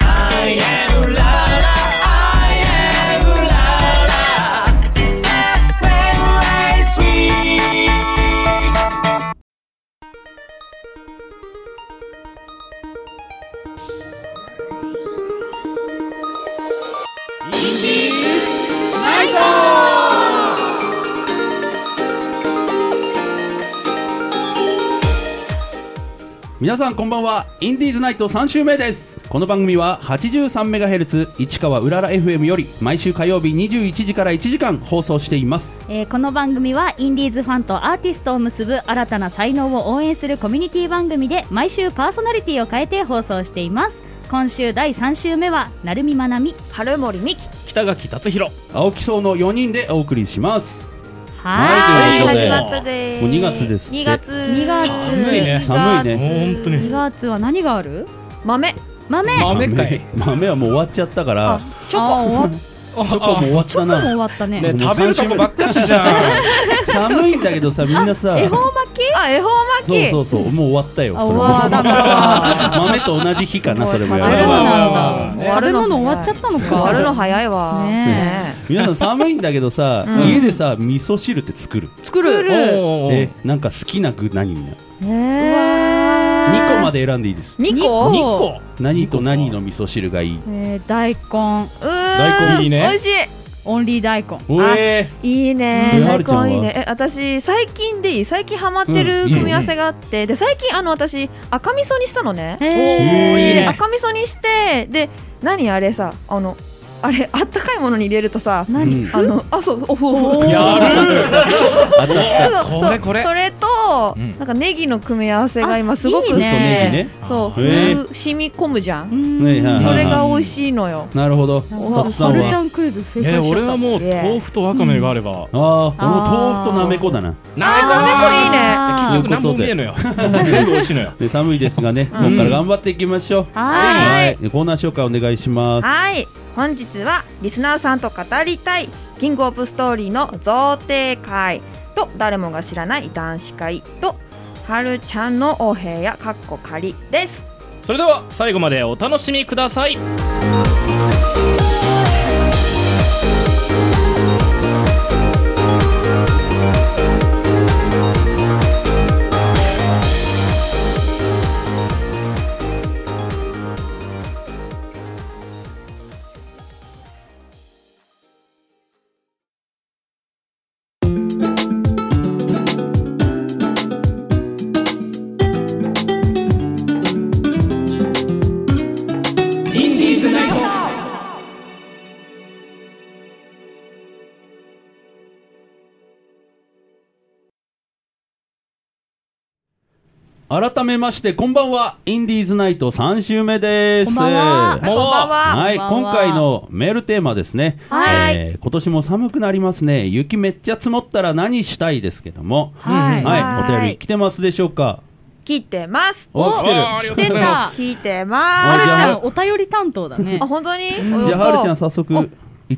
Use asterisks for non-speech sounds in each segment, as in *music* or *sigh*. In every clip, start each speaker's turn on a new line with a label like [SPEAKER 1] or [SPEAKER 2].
[SPEAKER 1] I am la la, I am la la. FM ライスウィーク
[SPEAKER 2] 皆さんこんばんはインディーズナイト3週目ですこの番組は 83MHz 市川うらら FM より毎週火曜日21時から1時間放送しています
[SPEAKER 3] えーこの番組はインディーズファンとアーティストを結ぶ新たな才能を応援するコミュニティ番組で毎週パーソナリティを変えて放送しています今週第3週目は成美まなみ
[SPEAKER 4] 春森美希
[SPEAKER 5] 北垣達弘
[SPEAKER 2] 青木荘の4人でお送りします
[SPEAKER 3] は
[SPEAKER 2] はいとい
[SPEAKER 4] 始
[SPEAKER 2] うこ
[SPEAKER 4] まったです
[SPEAKER 2] もう2月ですって
[SPEAKER 4] 2月
[SPEAKER 3] 2月寒
[SPEAKER 5] いね
[SPEAKER 2] 寒いね
[SPEAKER 5] もう本当
[SPEAKER 3] い2
[SPEAKER 5] に
[SPEAKER 3] 月は何がある
[SPEAKER 4] 豆
[SPEAKER 3] 豆あ
[SPEAKER 5] 豆かい
[SPEAKER 2] 豆豆はもう終わっちゃったから
[SPEAKER 4] あチョコ
[SPEAKER 3] 終わっ
[SPEAKER 5] あ
[SPEAKER 2] チョコも終わった
[SPEAKER 3] もう
[SPEAKER 2] な
[SPEAKER 3] 終わったね
[SPEAKER 5] ね食べるとこばっかしじゃん
[SPEAKER 2] 寒いんだけどさみんなさ
[SPEAKER 3] 恵方巻き
[SPEAKER 4] あ恵方巻
[SPEAKER 2] そう
[SPEAKER 4] き
[SPEAKER 2] そうそうもう終わったよ
[SPEAKER 3] あ
[SPEAKER 2] それも
[SPEAKER 3] 終わった
[SPEAKER 2] *laughs* 豆と同じ日かなそれもや
[SPEAKER 3] あ
[SPEAKER 2] ば
[SPEAKER 3] そう
[SPEAKER 2] い
[SPEAKER 5] わ
[SPEAKER 2] わ
[SPEAKER 3] なんだ
[SPEAKER 4] わ
[SPEAKER 3] 食べ物終
[SPEAKER 4] 終
[SPEAKER 3] わ
[SPEAKER 4] わ
[SPEAKER 3] っ
[SPEAKER 4] っ
[SPEAKER 3] ち
[SPEAKER 4] ち
[SPEAKER 3] ゃ
[SPEAKER 4] ゃ
[SPEAKER 3] っ
[SPEAKER 4] った
[SPEAKER 3] のか
[SPEAKER 4] 割るの早いわ
[SPEAKER 3] ね
[SPEAKER 4] ね
[SPEAKER 2] 皆さん寒いんだけどさ
[SPEAKER 4] うん
[SPEAKER 2] 家でさ味噌汁って作る
[SPEAKER 4] え作
[SPEAKER 3] 作
[SPEAKER 4] る
[SPEAKER 3] る
[SPEAKER 2] えなんか好きな具何になる
[SPEAKER 3] え
[SPEAKER 2] 2個まで選んでいいです
[SPEAKER 4] 2個
[SPEAKER 3] お二
[SPEAKER 5] 2個
[SPEAKER 2] 何と何の味噌汁がいい
[SPEAKER 3] えー大
[SPEAKER 4] う
[SPEAKER 3] 根
[SPEAKER 4] ーん
[SPEAKER 5] 大根いいね
[SPEAKER 4] 美味し
[SPEAKER 3] オンリー大根
[SPEAKER 2] おえ
[SPEAKER 4] いいいね
[SPEAKER 2] ねは
[SPEAKER 4] 大
[SPEAKER 2] るちゃんは
[SPEAKER 4] 根いいねえ私最近でいい最近ハマってる
[SPEAKER 2] うん
[SPEAKER 4] 組み合わせがあってで最近あの私赤味噌にしたのね
[SPEAKER 3] へー
[SPEAKER 5] おーいい
[SPEAKER 4] で
[SPEAKER 5] ね
[SPEAKER 4] 赤味噌にしてで何あれさあのあれあったかいものに入れるとさ
[SPEAKER 3] 何
[SPEAKER 2] うん
[SPEAKER 4] あのあそうおふおふ
[SPEAKER 5] やる
[SPEAKER 2] あった
[SPEAKER 4] そう
[SPEAKER 5] これこれ
[SPEAKER 4] それと、
[SPEAKER 5] うん
[SPEAKER 4] なんかネギの組み合わせが今すごく
[SPEAKER 3] あいいね
[SPEAKER 4] そう
[SPEAKER 2] あへー
[SPEAKER 4] 風染み込むじゃ
[SPEAKER 3] うんん
[SPEAKER 2] ねはいはい
[SPEAKER 4] そ
[SPEAKER 2] はい
[SPEAKER 4] れが美味しいのよ
[SPEAKER 2] なるほど
[SPEAKER 3] なん
[SPEAKER 2] た
[SPEAKER 3] か
[SPEAKER 2] くさん
[SPEAKER 3] サルちゃ
[SPEAKER 2] は
[SPEAKER 3] んクイズ正
[SPEAKER 5] いや
[SPEAKER 3] 解しち
[SPEAKER 5] 俺
[SPEAKER 3] ゃ
[SPEAKER 5] は
[SPEAKER 3] っ
[SPEAKER 5] もう豆腐とわかめがあれば
[SPEAKER 2] ああ
[SPEAKER 3] あー
[SPEAKER 2] 俺も豆腐となめこだな
[SPEAKER 5] な
[SPEAKER 3] た
[SPEAKER 5] めこいいね結局何も見えんのよ全部美味しいのよ
[SPEAKER 2] で寒いですがねここから頑張っていきましょう
[SPEAKER 3] は
[SPEAKER 2] はいでコーナー紹介お願いします
[SPEAKER 4] はい本日はリスナーさんと語りたいキングオブストーリーの贈呈会と誰もが知らない男子会とはるちゃんのお部屋かっこ仮です
[SPEAKER 5] *laughs* それでは最後までお楽しみください
[SPEAKER 2] 改めましてこんばんはインディーズナイト3週目です
[SPEAKER 3] こんばん
[SPEAKER 4] は
[SPEAKER 3] は
[SPEAKER 4] いこんばんは
[SPEAKER 2] はい、
[SPEAKER 3] こんばん
[SPEAKER 2] 今
[SPEAKER 3] は
[SPEAKER 2] 回のメールテーマですね、
[SPEAKER 3] はい
[SPEAKER 2] えー今年も寒くなりますね、雪めっちゃ積もったら何したいですけども、
[SPEAKER 3] はい
[SPEAKER 2] はい、お
[SPEAKER 4] は
[SPEAKER 2] 便
[SPEAKER 4] い
[SPEAKER 2] り来てますでしょうか、
[SPEAKER 4] 聞いてます
[SPEAKER 2] お来てる
[SPEAKER 5] わあありがとう
[SPEAKER 3] 出
[SPEAKER 5] ございま
[SPEAKER 3] た
[SPEAKER 5] す
[SPEAKER 4] 聞いて
[SPEAKER 3] は
[SPEAKER 2] あ
[SPEAKER 3] る
[SPEAKER 2] じ
[SPEAKER 3] ち
[SPEAKER 4] ま
[SPEAKER 2] ゃ
[SPEAKER 3] ゃ
[SPEAKER 2] あ
[SPEAKER 3] んお便り担当だね
[SPEAKER 4] すあ本当に
[SPEAKER 2] じゃあ、はるちゃん、
[SPEAKER 4] さ
[SPEAKER 2] 早速、1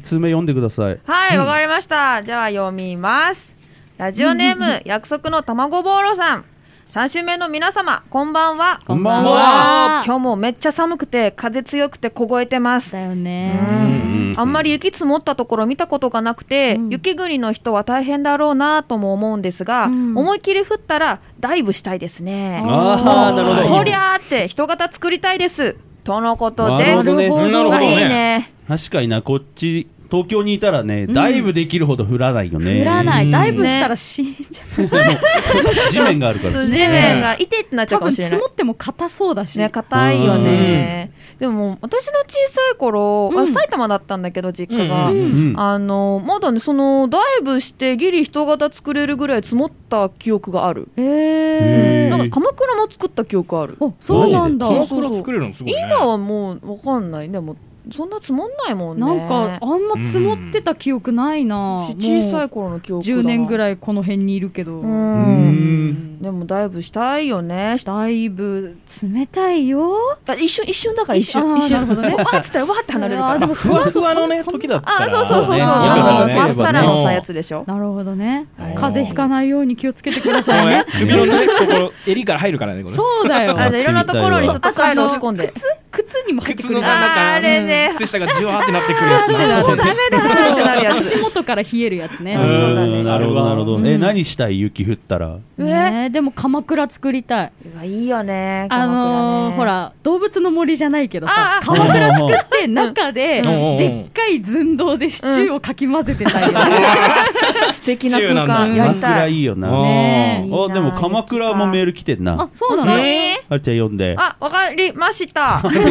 [SPEAKER 2] 通目読んでください。
[SPEAKER 4] はい、わかりました。では読みます。ラジオネーム、約束の卵ボーロさん。3週目の皆様、こんばんは。
[SPEAKER 2] こんばん
[SPEAKER 3] は
[SPEAKER 4] 今日もめっちゃ寒くて、風強くて凍えてます。
[SPEAKER 3] だよ
[SPEAKER 4] う
[SPEAKER 3] ね
[SPEAKER 4] んあんまり雪積もったところ見たことがなくて、
[SPEAKER 3] うん
[SPEAKER 4] 雪国の人は大変だろうなとも思うんですが、
[SPEAKER 3] うん
[SPEAKER 4] 思い切り降ったらダイブしたいですね。
[SPEAKER 2] ああ、なるほ
[SPEAKER 4] と
[SPEAKER 2] ど
[SPEAKER 4] り。ゃーって人型作りたいです。とのこと
[SPEAKER 2] なる
[SPEAKER 4] で
[SPEAKER 2] ほ
[SPEAKER 4] す。
[SPEAKER 2] どね
[SPEAKER 5] なるほど
[SPEAKER 4] あいい
[SPEAKER 5] ね
[SPEAKER 4] ね。
[SPEAKER 2] 確かにな、こっち、東京にいたらね、ダイブできるほど降らないよね。
[SPEAKER 3] 降らない
[SPEAKER 5] うん
[SPEAKER 3] ダイブしたら死んじゃう
[SPEAKER 2] 地面があるか
[SPEAKER 4] そ
[SPEAKER 2] ら
[SPEAKER 4] う。地面がいてってなっちゃ
[SPEAKER 3] 多
[SPEAKER 4] うかも
[SPEAKER 3] 分
[SPEAKER 4] しれ
[SPEAKER 3] 積
[SPEAKER 4] ない
[SPEAKER 3] も。っても硬そうだし
[SPEAKER 4] ね、硬いよね。でももう、私の小さい頃、
[SPEAKER 3] うん
[SPEAKER 4] あ埼玉だったんだけど、実家が。
[SPEAKER 5] うんうん
[SPEAKER 2] うん
[SPEAKER 4] あのまだね、そのダイブしてギリ人型作れるぐらい積もった記憶がある、
[SPEAKER 3] え
[SPEAKER 2] へ
[SPEAKER 4] な
[SPEAKER 2] ー
[SPEAKER 4] んか鎌倉も作った記憶ある、
[SPEAKER 3] おそうなんだ
[SPEAKER 5] この
[SPEAKER 4] マジで
[SPEAKER 5] 袋作れるのすごいね
[SPEAKER 4] 今はもうわかんないねもうそんな積もんないもんね
[SPEAKER 3] なんかあんま積もってた記憶ないな
[SPEAKER 4] し小さ
[SPEAKER 3] も
[SPEAKER 4] い頃の記
[SPEAKER 3] う
[SPEAKER 4] 憶だ
[SPEAKER 3] 10年ぐ
[SPEAKER 4] い
[SPEAKER 3] らいこの辺にいるけど
[SPEAKER 4] うん
[SPEAKER 2] うん
[SPEAKER 4] でもダイブしたいよねし
[SPEAKER 3] だいぶ冷たいよ
[SPEAKER 4] あ一瞬一瞬だから一瞬
[SPEAKER 3] あー
[SPEAKER 4] 一瞬
[SPEAKER 3] なるほど
[SPEAKER 4] *laughs*
[SPEAKER 3] ね
[SPEAKER 4] わーっつったらわーって離れるか
[SPEAKER 3] あー
[SPEAKER 4] ら
[SPEAKER 3] でも
[SPEAKER 5] ふわふわのね時だった
[SPEAKER 4] あ
[SPEAKER 5] ら
[SPEAKER 4] ーそうそうそうそう、
[SPEAKER 2] ね
[SPEAKER 4] あの
[SPEAKER 2] よ
[SPEAKER 4] ま
[SPEAKER 2] く
[SPEAKER 4] っ
[SPEAKER 2] そうだね
[SPEAKER 4] さらのさやつでしょ
[SPEAKER 3] なるほどね
[SPEAKER 5] はい
[SPEAKER 3] 風邪ひかないように気をつけてくだ
[SPEAKER 5] そう
[SPEAKER 3] さいね
[SPEAKER 5] ね首のねここ襟から入るからねこれ
[SPEAKER 3] そうだよ
[SPEAKER 4] あのいろんなところにちょっとカイロを仕込んで。
[SPEAKER 3] 靴にも入って
[SPEAKER 5] 靴
[SPEAKER 3] く
[SPEAKER 5] の
[SPEAKER 3] る
[SPEAKER 5] がなんか
[SPEAKER 4] あーあれね
[SPEAKER 5] 靴下がジュワーってなってくるやつ
[SPEAKER 3] そうだ
[SPEAKER 5] な
[SPEAKER 3] よ
[SPEAKER 5] るほどね
[SPEAKER 4] ダメだってなるやつ
[SPEAKER 3] 足元から冷えるやつね
[SPEAKER 2] う
[SPEAKER 4] あそうだね
[SPEAKER 2] ーんなるほどなるほど、
[SPEAKER 3] うん
[SPEAKER 2] え何したい雪降ったら
[SPEAKER 4] え
[SPEAKER 3] ねえでも鎌倉作りたいう
[SPEAKER 4] わいいよね
[SPEAKER 3] あのー、ほら動物の森じゃないけど
[SPEAKER 4] あ
[SPEAKER 3] さ
[SPEAKER 4] ー
[SPEAKER 3] 鎌倉作って中で
[SPEAKER 5] ん
[SPEAKER 3] でっかい寸胴でシチューをかき混ぜてたいよね
[SPEAKER 4] 素敵な空
[SPEAKER 5] シチュー
[SPEAKER 4] 間
[SPEAKER 5] なん
[SPEAKER 2] 鎌
[SPEAKER 5] だ
[SPEAKER 4] やり
[SPEAKER 2] 倉
[SPEAKER 4] たい
[SPEAKER 2] いいよな
[SPEAKER 3] ね
[SPEAKER 5] ね
[SPEAKER 3] え
[SPEAKER 4] いいな
[SPEAKER 2] あでも鎌倉もメール来てんな
[SPEAKER 3] あそうなの
[SPEAKER 4] え
[SPEAKER 2] あれちゃん読んで
[SPEAKER 4] あわかりました *laughs* い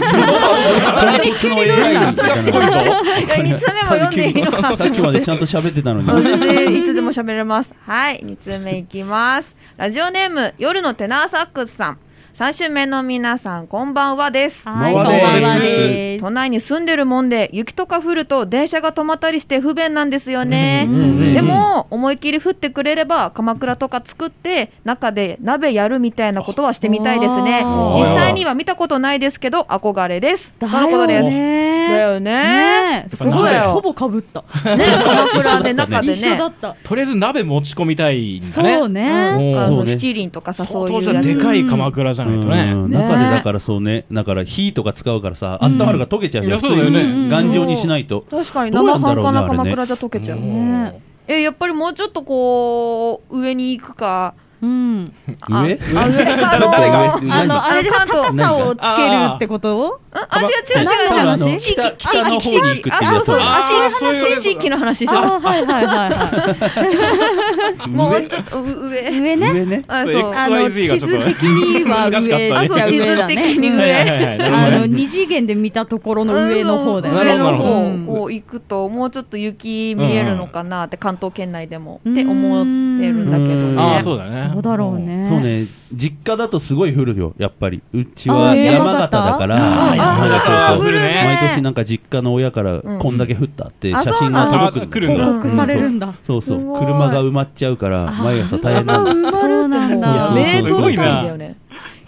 [SPEAKER 2] 豚骨の偉いみたいな
[SPEAKER 5] すごいぞ
[SPEAKER 4] や2通目も読んでいいのかな
[SPEAKER 2] さ
[SPEAKER 4] *laughs*
[SPEAKER 2] っきまでちゃんと喋ってたのに
[SPEAKER 4] 全然いつでも喋れます。はい、2通目いきます。ラジオネーム、夜のテナーサックスさん。3週目の皆さん、こんばんはです。
[SPEAKER 3] はいこ
[SPEAKER 2] こ
[SPEAKER 3] ん
[SPEAKER 2] ん
[SPEAKER 3] ば
[SPEAKER 2] ば
[SPEAKER 3] ん
[SPEAKER 2] ん
[SPEAKER 3] は
[SPEAKER 2] は
[SPEAKER 3] で
[SPEAKER 2] です
[SPEAKER 4] 都内に住んでるもんで、雪とか降ると電車が止まったりして不便なんですよね。
[SPEAKER 5] うん
[SPEAKER 4] でも、思いっきり降ってくれれば、鎌倉とか作って、中で鍋やるみたいなことはしてみたいですね。
[SPEAKER 3] あ
[SPEAKER 2] ー
[SPEAKER 4] 実際には見たことないですけど、憧れです。と
[SPEAKER 3] だ
[SPEAKER 4] のことで
[SPEAKER 3] よ
[SPEAKER 4] す。だ
[SPEAKER 3] ね
[SPEAKER 4] よね。
[SPEAKER 3] ねえす
[SPEAKER 4] やっぱ
[SPEAKER 3] ごい
[SPEAKER 4] 鍋よ
[SPEAKER 3] ほぼかぶった
[SPEAKER 4] ね、鎌倉で
[SPEAKER 2] 一緒だったね
[SPEAKER 4] 中でね。
[SPEAKER 3] *laughs* 一緒だった
[SPEAKER 5] とりあえず鍋持ち込みたいんだね
[SPEAKER 3] そうね
[SPEAKER 5] うん
[SPEAKER 4] あ
[SPEAKER 2] そ
[SPEAKER 4] の
[SPEAKER 2] うね
[SPEAKER 4] 七輪とかさそうい
[SPEAKER 5] 当
[SPEAKER 4] う
[SPEAKER 5] 時
[SPEAKER 4] や
[SPEAKER 5] は
[SPEAKER 4] つ
[SPEAKER 5] でかい鎌倉じゃないとね
[SPEAKER 2] うん
[SPEAKER 4] ね
[SPEAKER 2] 中でだからそうねだから火とか使うからさあ
[SPEAKER 3] ん
[SPEAKER 2] ったまるが溶けちゃうじゃん
[SPEAKER 5] いやそうだよね
[SPEAKER 2] 普通に頑丈にしないと
[SPEAKER 4] 確かに
[SPEAKER 2] どう
[SPEAKER 4] 生
[SPEAKER 2] なんだ
[SPEAKER 4] 半
[SPEAKER 2] ろう
[SPEAKER 4] 可
[SPEAKER 2] ね
[SPEAKER 4] な
[SPEAKER 2] あれね
[SPEAKER 4] 鎌倉じゃ溶けちゃう
[SPEAKER 5] う
[SPEAKER 4] ね
[SPEAKER 5] ん
[SPEAKER 3] ね
[SPEAKER 4] えやっぱりもうちょっとこう上に行くか
[SPEAKER 3] うん
[SPEAKER 4] あ
[SPEAKER 2] 上 *laughs*
[SPEAKER 4] あ上か
[SPEAKER 2] ちょっと
[SPEAKER 4] あ
[SPEAKER 2] 上
[SPEAKER 4] の
[SPEAKER 3] あのあれで
[SPEAKER 4] 関東
[SPEAKER 3] 高さをつけるってこと
[SPEAKER 4] うんあ違う違う
[SPEAKER 3] 何の
[SPEAKER 4] 違う
[SPEAKER 3] 話
[SPEAKER 4] 違う地
[SPEAKER 2] 北
[SPEAKER 4] 域
[SPEAKER 2] 北の方に行くっていう
[SPEAKER 4] あそうそう
[SPEAKER 5] や
[SPEAKER 4] あ
[SPEAKER 5] つ
[SPEAKER 4] そういう
[SPEAKER 5] あーそういうこと
[SPEAKER 4] 話地域の話じゃ
[SPEAKER 3] あーはいはいはいは
[SPEAKER 4] もうちょっとう上
[SPEAKER 3] い *laughs* 上ね
[SPEAKER 2] 上ね
[SPEAKER 4] あ
[SPEAKER 5] そ
[SPEAKER 4] そうう
[SPEAKER 5] X
[SPEAKER 3] あの
[SPEAKER 5] XYZ が
[SPEAKER 3] 地図
[SPEAKER 5] ちょっと
[SPEAKER 3] 的には上
[SPEAKER 5] 難しかったね
[SPEAKER 3] っちゃ
[SPEAKER 4] あそう
[SPEAKER 3] 上だね
[SPEAKER 4] 地図的に
[SPEAKER 3] うん
[SPEAKER 4] 上
[SPEAKER 5] はいはいはいなるほ
[SPEAKER 3] あ
[SPEAKER 5] どね
[SPEAKER 3] の二次元で見たところの上の方だよね。
[SPEAKER 4] 上
[SPEAKER 5] な
[SPEAKER 4] の
[SPEAKER 5] るほどなる
[SPEAKER 4] 方を行くともうちょっと雪見えるのかなって関東圏内でもって思ってるんだけど
[SPEAKER 2] うん
[SPEAKER 4] ね
[SPEAKER 5] ああそうだね
[SPEAKER 3] どうだろうね。
[SPEAKER 2] そうね実家だとすごい降るよやっぱりうち
[SPEAKER 3] あ
[SPEAKER 2] は
[SPEAKER 3] ー
[SPEAKER 2] 山形だから
[SPEAKER 5] あー山形
[SPEAKER 2] はいそうそう
[SPEAKER 5] 降るね
[SPEAKER 2] 毎年なんか実家の親からこんだけ降ったって
[SPEAKER 4] あ
[SPEAKER 2] 写真が届く
[SPEAKER 5] そうなん
[SPEAKER 2] の
[SPEAKER 5] だ
[SPEAKER 3] 報
[SPEAKER 5] あ
[SPEAKER 3] 告されるんだ。
[SPEAKER 2] そうそう
[SPEAKER 4] すごい
[SPEAKER 2] 車が埋まっちゃうから毎朝大変な
[SPEAKER 4] あ
[SPEAKER 2] のだか
[SPEAKER 4] 埋まるってもう
[SPEAKER 3] そ
[SPEAKER 4] 名
[SPEAKER 2] そうそう
[SPEAKER 3] う
[SPEAKER 4] 刀なんだよね。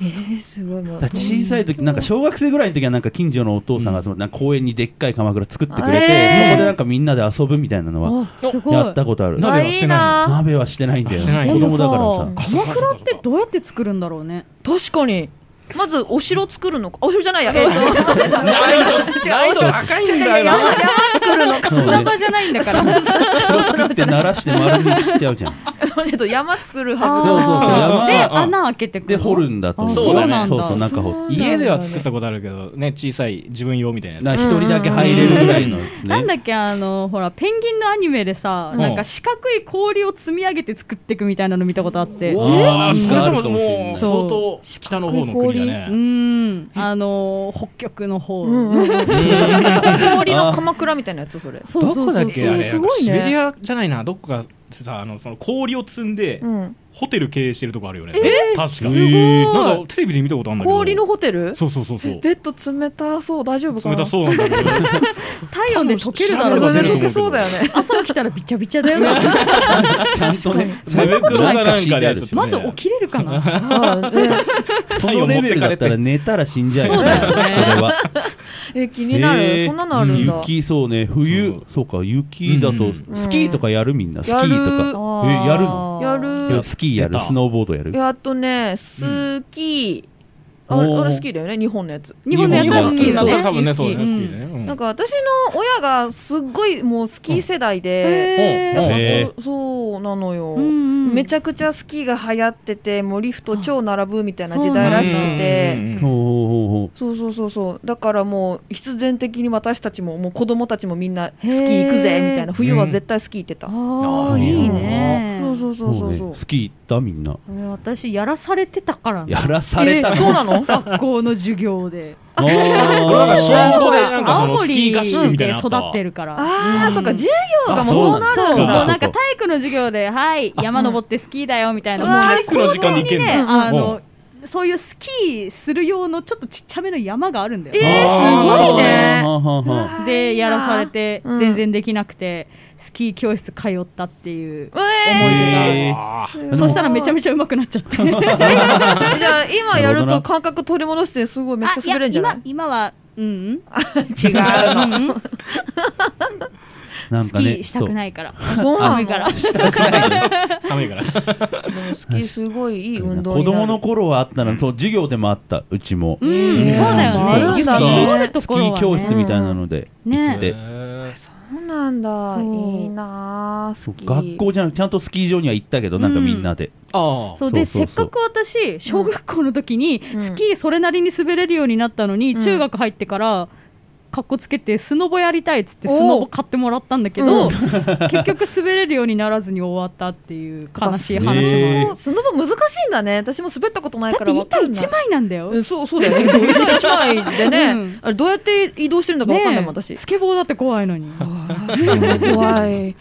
[SPEAKER 4] えー、すごいもう。
[SPEAKER 2] ら小さい時なんか小学生ぐらいの時はなんか近所のお父さんが集まってなんか公園にでっかい鎌倉作ってくれて
[SPEAKER 4] えー
[SPEAKER 2] そこでなんかみんなで遊ぶみたいなのは
[SPEAKER 3] あすごい。
[SPEAKER 2] やったことある
[SPEAKER 5] な鍋はしてないの
[SPEAKER 4] あいいな
[SPEAKER 2] 鍋はしてないんだよ
[SPEAKER 5] してない
[SPEAKER 2] 子供だからさ
[SPEAKER 3] でも
[SPEAKER 5] あそうか
[SPEAKER 3] 鎌倉
[SPEAKER 5] そうか
[SPEAKER 3] ってどうやって作るんだろうね。
[SPEAKER 4] 確かに。まずお城作るのか。お城じゃないや。えーと
[SPEAKER 5] 難易度難易度高いんだよ
[SPEAKER 4] 山
[SPEAKER 5] な
[SPEAKER 4] 山作るのか。
[SPEAKER 2] そう
[SPEAKER 3] 砂
[SPEAKER 2] ね
[SPEAKER 3] 場じゃないんだから。
[SPEAKER 2] 人作って鳴らして丸にしちゃう *laughs* じゃん
[SPEAKER 4] ちょっと山作る
[SPEAKER 3] あ
[SPEAKER 4] は
[SPEAKER 3] ー
[SPEAKER 4] ず
[SPEAKER 2] そうそうそう山
[SPEAKER 3] で
[SPEAKER 5] うん
[SPEAKER 3] 穴開けてく
[SPEAKER 2] で掘るんだと
[SPEAKER 3] あ
[SPEAKER 5] そうだね
[SPEAKER 2] そうそう
[SPEAKER 3] なんだ
[SPEAKER 2] 中掘って
[SPEAKER 5] 家では作ったことあるけどね小さい自分用みたいなやつ
[SPEAKER 2] な一人だけ入れるぐらいのですね
[SPEAKER 3] なんだっけあのほらペンギンのアニメでさ
[SPEAKER 5] うん
[SPEAKER 3] なんか四角い氷を積み上げて作っていくみたいなの見たことあって。う
[SPEAKER 5] あーそれで
[SPEAKER 2] あるか
[SPEAKER 5] も
[SPEAKER 2] もしれな
[SPEAKER 5] も
[SPEAKER 2] いう
[SPEAKER 5] 相当北の方の国だね
[SPEAKER 3] んあの北極の方。
[SPEAKER 4] うんうんうん。氷の鎌倉みたいなやつそれ。
[SPEAKER 3] そうそ
[SPEAKER 5] ど
[SPEAKER 3] うそう
[SPEAKER 5] こだっけあれ
[SPEAKER 4] すごいね
[SPEAKER 5] シベリアじゃないなどこかさあのその氷を積んで
[SPEAKER 4] うん。
[SPEAKER 5] ホテル経営してるとこあるよね確か
[SPEAKER 3] すごい
[SPEAKER 5] なんかテレビで見たことあるんだけど
[SPEAKER 4] 氷のホテル？
[SPEAKER 5] そうそうそうそう
[SPEAKER 4] ベッド冷たそう大丈夫かな。
[SPEAKER 5] 冷たそうなんだけど
[SPEAKER 3] 体温で溶けるだ
[SPEAKER 5] う
[SPEAKER 3] ろう
[SPEAKER 5] 多
[SPEAKER 4] それ
[SPEAKER 5] 分調べれば出
[SPEAKER 3] ね
[SPEAKER 5] ると
[SPEAKER 4] で
[SPEAKER 5] 思
[SPEAKER 4] 溶けそうだよね。
[SPEAKER 3] 朝起きたらびちゃびちゃだよな
[SPEAKER 2] ちゃんと *laughs* ね、
[SPEAKER 5] 確かに
[SPEAKER 2] なん
[SPEAKER 5] 手袋がなんかね
[SPEAKER 2] 敷いてある
[SPEAKER 5] ちょっと
[SPEAKER 3] まず起きれるかな
[SPEAKER 4] あーね
[SPEAKER 2] そのレベルだったら寝たら死んじゃうよ、
[SPEAKER 3] そう
[SPEAKER 2] ね、
[SPEAKER 3] だよ
[SPEAKER 2] これ
[SPEAKER 3] ね
[SPEAKER 2] は。
[SPEAKER 4] *laughs* え気にな
[SPEAKER 2] へ
[SPEAKER 4] る。
[SPEAKER 2] ー
[SPEAKER 4] そんなのあるんだ。
[SPEAKER 2] 雪、そうね、冬、
[SPEAKER 5] そ
[SPEAKER 2] そううか、雪だと、
[SPEAKER 5] うん
[SPEAKER 2] スキーとかやるみんな、スキ
[SPEAKER 4] やる
[SPEAKER 2] ーとか。えやるの
[SPEAKER 4] や
[SPEAKER 2] い
[SPEAKER 4] る
[SPEAKER 2] や。スキーや
[SPEAKER 5] 出た
[SPEAKER 2] る、スノーボードやる。
[SPEAKER 4] やっとね、スキー、
[SPEAKER 2] うん
[SPEAKER 4] あれ
[SPEAKER 2] おー
[SPEAKER 4] あれ好きだよね、日本のやつ。
[SPEAKER 3] 日本のやつは好き
[SPEAKER 5] 日
[SPEAKER 3] よ
[SPEAKER 5] 本
[SPEAKER 4] 日本
[SPEAKER 5] だと
[SPEAKER 3] ね
[SPEAKER 5] 多分ね
[SPEAKER 4] 好き
[SPEAKER 5] そうだね好
[SPEAKER 3] 好き
[SPEAKER 5] きだねうん
[SPEAKER 4] なんか私の親がすっごいもうスキー世代で、
[SPEAKER 3] へ
[SPEAKER 5] うん
[SPEAKER 3] ー
[SPEAKER 5] うん
[SPEAKER 4] や
[SPEAKER 2] へ
[SPEAKER 4] っぱそうそうなのよ、
[SPEAKER 3] うんうん
[SPEAKER 4] めちゃくちゃスキーが流行ってて、もうリフト超並ぶみたいな時代らしく
[SPEAKER 5] うん
[SPEAKER 4] て。
[SPEAKER 5] うんうん
[SPEAKER 2] ほうほうほ
[SPEAKER 4] そうそうそうそうだからもう必然的に私たちももう子供たちもみんなスキー行くぜみたいな冬は絶対スキー行ってた、
[SPEAKER 3] あ
[SPEAKER 5] あ
[SPEAKER 3] ー
[SPEAKER 5] ー
[SPEAKER 3] いいね
[SPEAKER 4] そうそう
[SPEAKER 2] う
[SPEAKER 4] そうそう
[SPEAKER 2] そ
[SPEAKER 4] そう
[SPEAKER 2] ねスキー行ったみんな。
[SPEAKER 3] これ私やらされてたからな
[SPEAKER 2] やらされた
[SPEAKER 4] え
[SPEAKER 2] の。
[SPEAKER 4] ーそうなの
[SPEAKER 3] 学校の授業で
[SPEAKER 2] あ
[SPEAKER 5] なんか小
[SPEAKER 2] ー
[SPEAKER 5] 学校でなんかそのスキー合宿みたいなのあった
[SPEAKER 3] 青森で
[SPEAKER 5] わ
[SPEAKER 3] 育ってるから
[SPEAKER 4] ああ、
[SPEAKER 3] ん
[SPEAKER 4] そっか授業がもうそうな
[SPEAKER 3] そう
[SPEAKER 4] るん
[SPEAKER 3] そう
[SPEAKER 4] だ
[SPEAKER 3] な
[SPEAKER 2] か
[SPEAKER 3] んか体育の授業ではい山登ってスキーだよみたいな
[SPEAKER 4] うん
[SPEAKER 3] もう
[SPEAKER 5] 体育の時間に行けん
[SPEAKER 3] ね
[SPEAKER 5] だ
[SPEAKER 3] あ
[SPEAKER 5] う
[SPEAKER 3] の
[SPEAKER 5] ん
[SPEAKER 3] そういうスキーする用のちょっとちっちゃめの山があるんだよ
[SPEAKER 4] えーすごいね
[SPEAKER 2] あーはんはんはん
[SPEAKER 3] でやらされて
[SPEAKER 4] うん
[SPEAKER 3] 全然できなくて、スキー教室通ったっていう、
[SPEAKER 4] うえ
[SPEAKER 2] へー
[SPEAKER 5] あー
[SPEAKER 4] ー
[SPEAKER 3] そしたらめちゃめ
[SPEAKER 4] ち
[SPEAKER 3] ちゃ上手くなっちゃって
[SPEAKER 4] ゃじゃあ今やる
[SPEAKER 2] なるほど
[SPEAKER 4] と
[SPEAKER 2] な
[SPEAKER 4] 感覚取り戻してすごいめっちゃ滑るんじゃない *laughs*
[SPEAKER 3] あいや今今はうんうん
[SPEAKER 4] 違うの
[SPEAKER 3] うんうん
[SPEAKER 2] なん
[SPEAKER 3] スキ
[SPEAKER 2] かね
[SPEAKER 3] ーしたくないから
[SPEAKER 4] そうな
[SPEAKER 3] 寒い
[SPEAKER 4] の
[SPEAKER 3] から
[SPEAKER 5] 寒いから。
[SPEAKER 4] スキーすごいいい運動
[SPEAKER 2] 子
[SPEAKER 4] になる
[SPEAKER 2] 供の頃はあったなそう授業でもあったうちも、
[SPEAKER 3] うん、
[SPEAKER 4] ね
[SPEAKER 3] そうだよ
[SPEAKER 2] 実はスキ
[SPEAKER 3] ね。雪が積もる
[SPEAKER 2] ー
[SPEAKER 3] と
[SPEAKER 2] スキ
[SPEAKER 3] ころは、
[SPEAKER 2] ー
[SPEAKER 3] ね、
[SPEAKER 2] 教室みたいなので行って、
[SPEAKER 4] そうなんだ
[SPEAKER 3] そう
[SPEAKER 4] いいなあス
[SPEAKER 2] そう
[SPEAKER 4] キー
[SPEAKER 2] 学校じゃなくちゃんとスキー場には行ったけどなんかみんなで、
[SPEAKER 5] あ
[SPEAKER 3] そうで
[SPEAKER 2] そうそうそう
[SPEAKER 3] せっかく私小学校の時に
[SPEAKER 4] うん
[SPEAKER 3] スキーそれなりに滑れるようになったのに、
[SPEAKER 4] うん
[SPEAKER 3] 中学入ってからかっこつけてスノボやりたいっつって
[SPEAKER 4] おー
[SPEAKER 3] スノボ買ってもらったんだけ
[SPEAKER 4] う
[SPEAKER 3] ど、
[SPEAKER 4] ん
[SPEAKER 3] *laughs* 結局滑れるようにならずに終わったっていう悲しい話もある、
[SPEAKER 2] へー
[SPEAKER 4] おスノボ難しいんだね私も滑ったことない
[SPEAKER 3] だ
[SPEAKER 4] か
[SPEAKER 3] って
[SPEAKER 4] らわか
[SPEAKER 3] 板
[SPEAKER 4] んない
[SPEAKER 3] 1枚なんだよ、
[SPEAKER 4] うんそうそうだよねそう板一枚でね、
[SPEAKER 3] うん
[SPEAKER 4] あれどうやって移動してるのかわかんないもん私
[SPEAKER 3] スケボーだって怖いのに
[SPEAKER 4] あースノボ怖い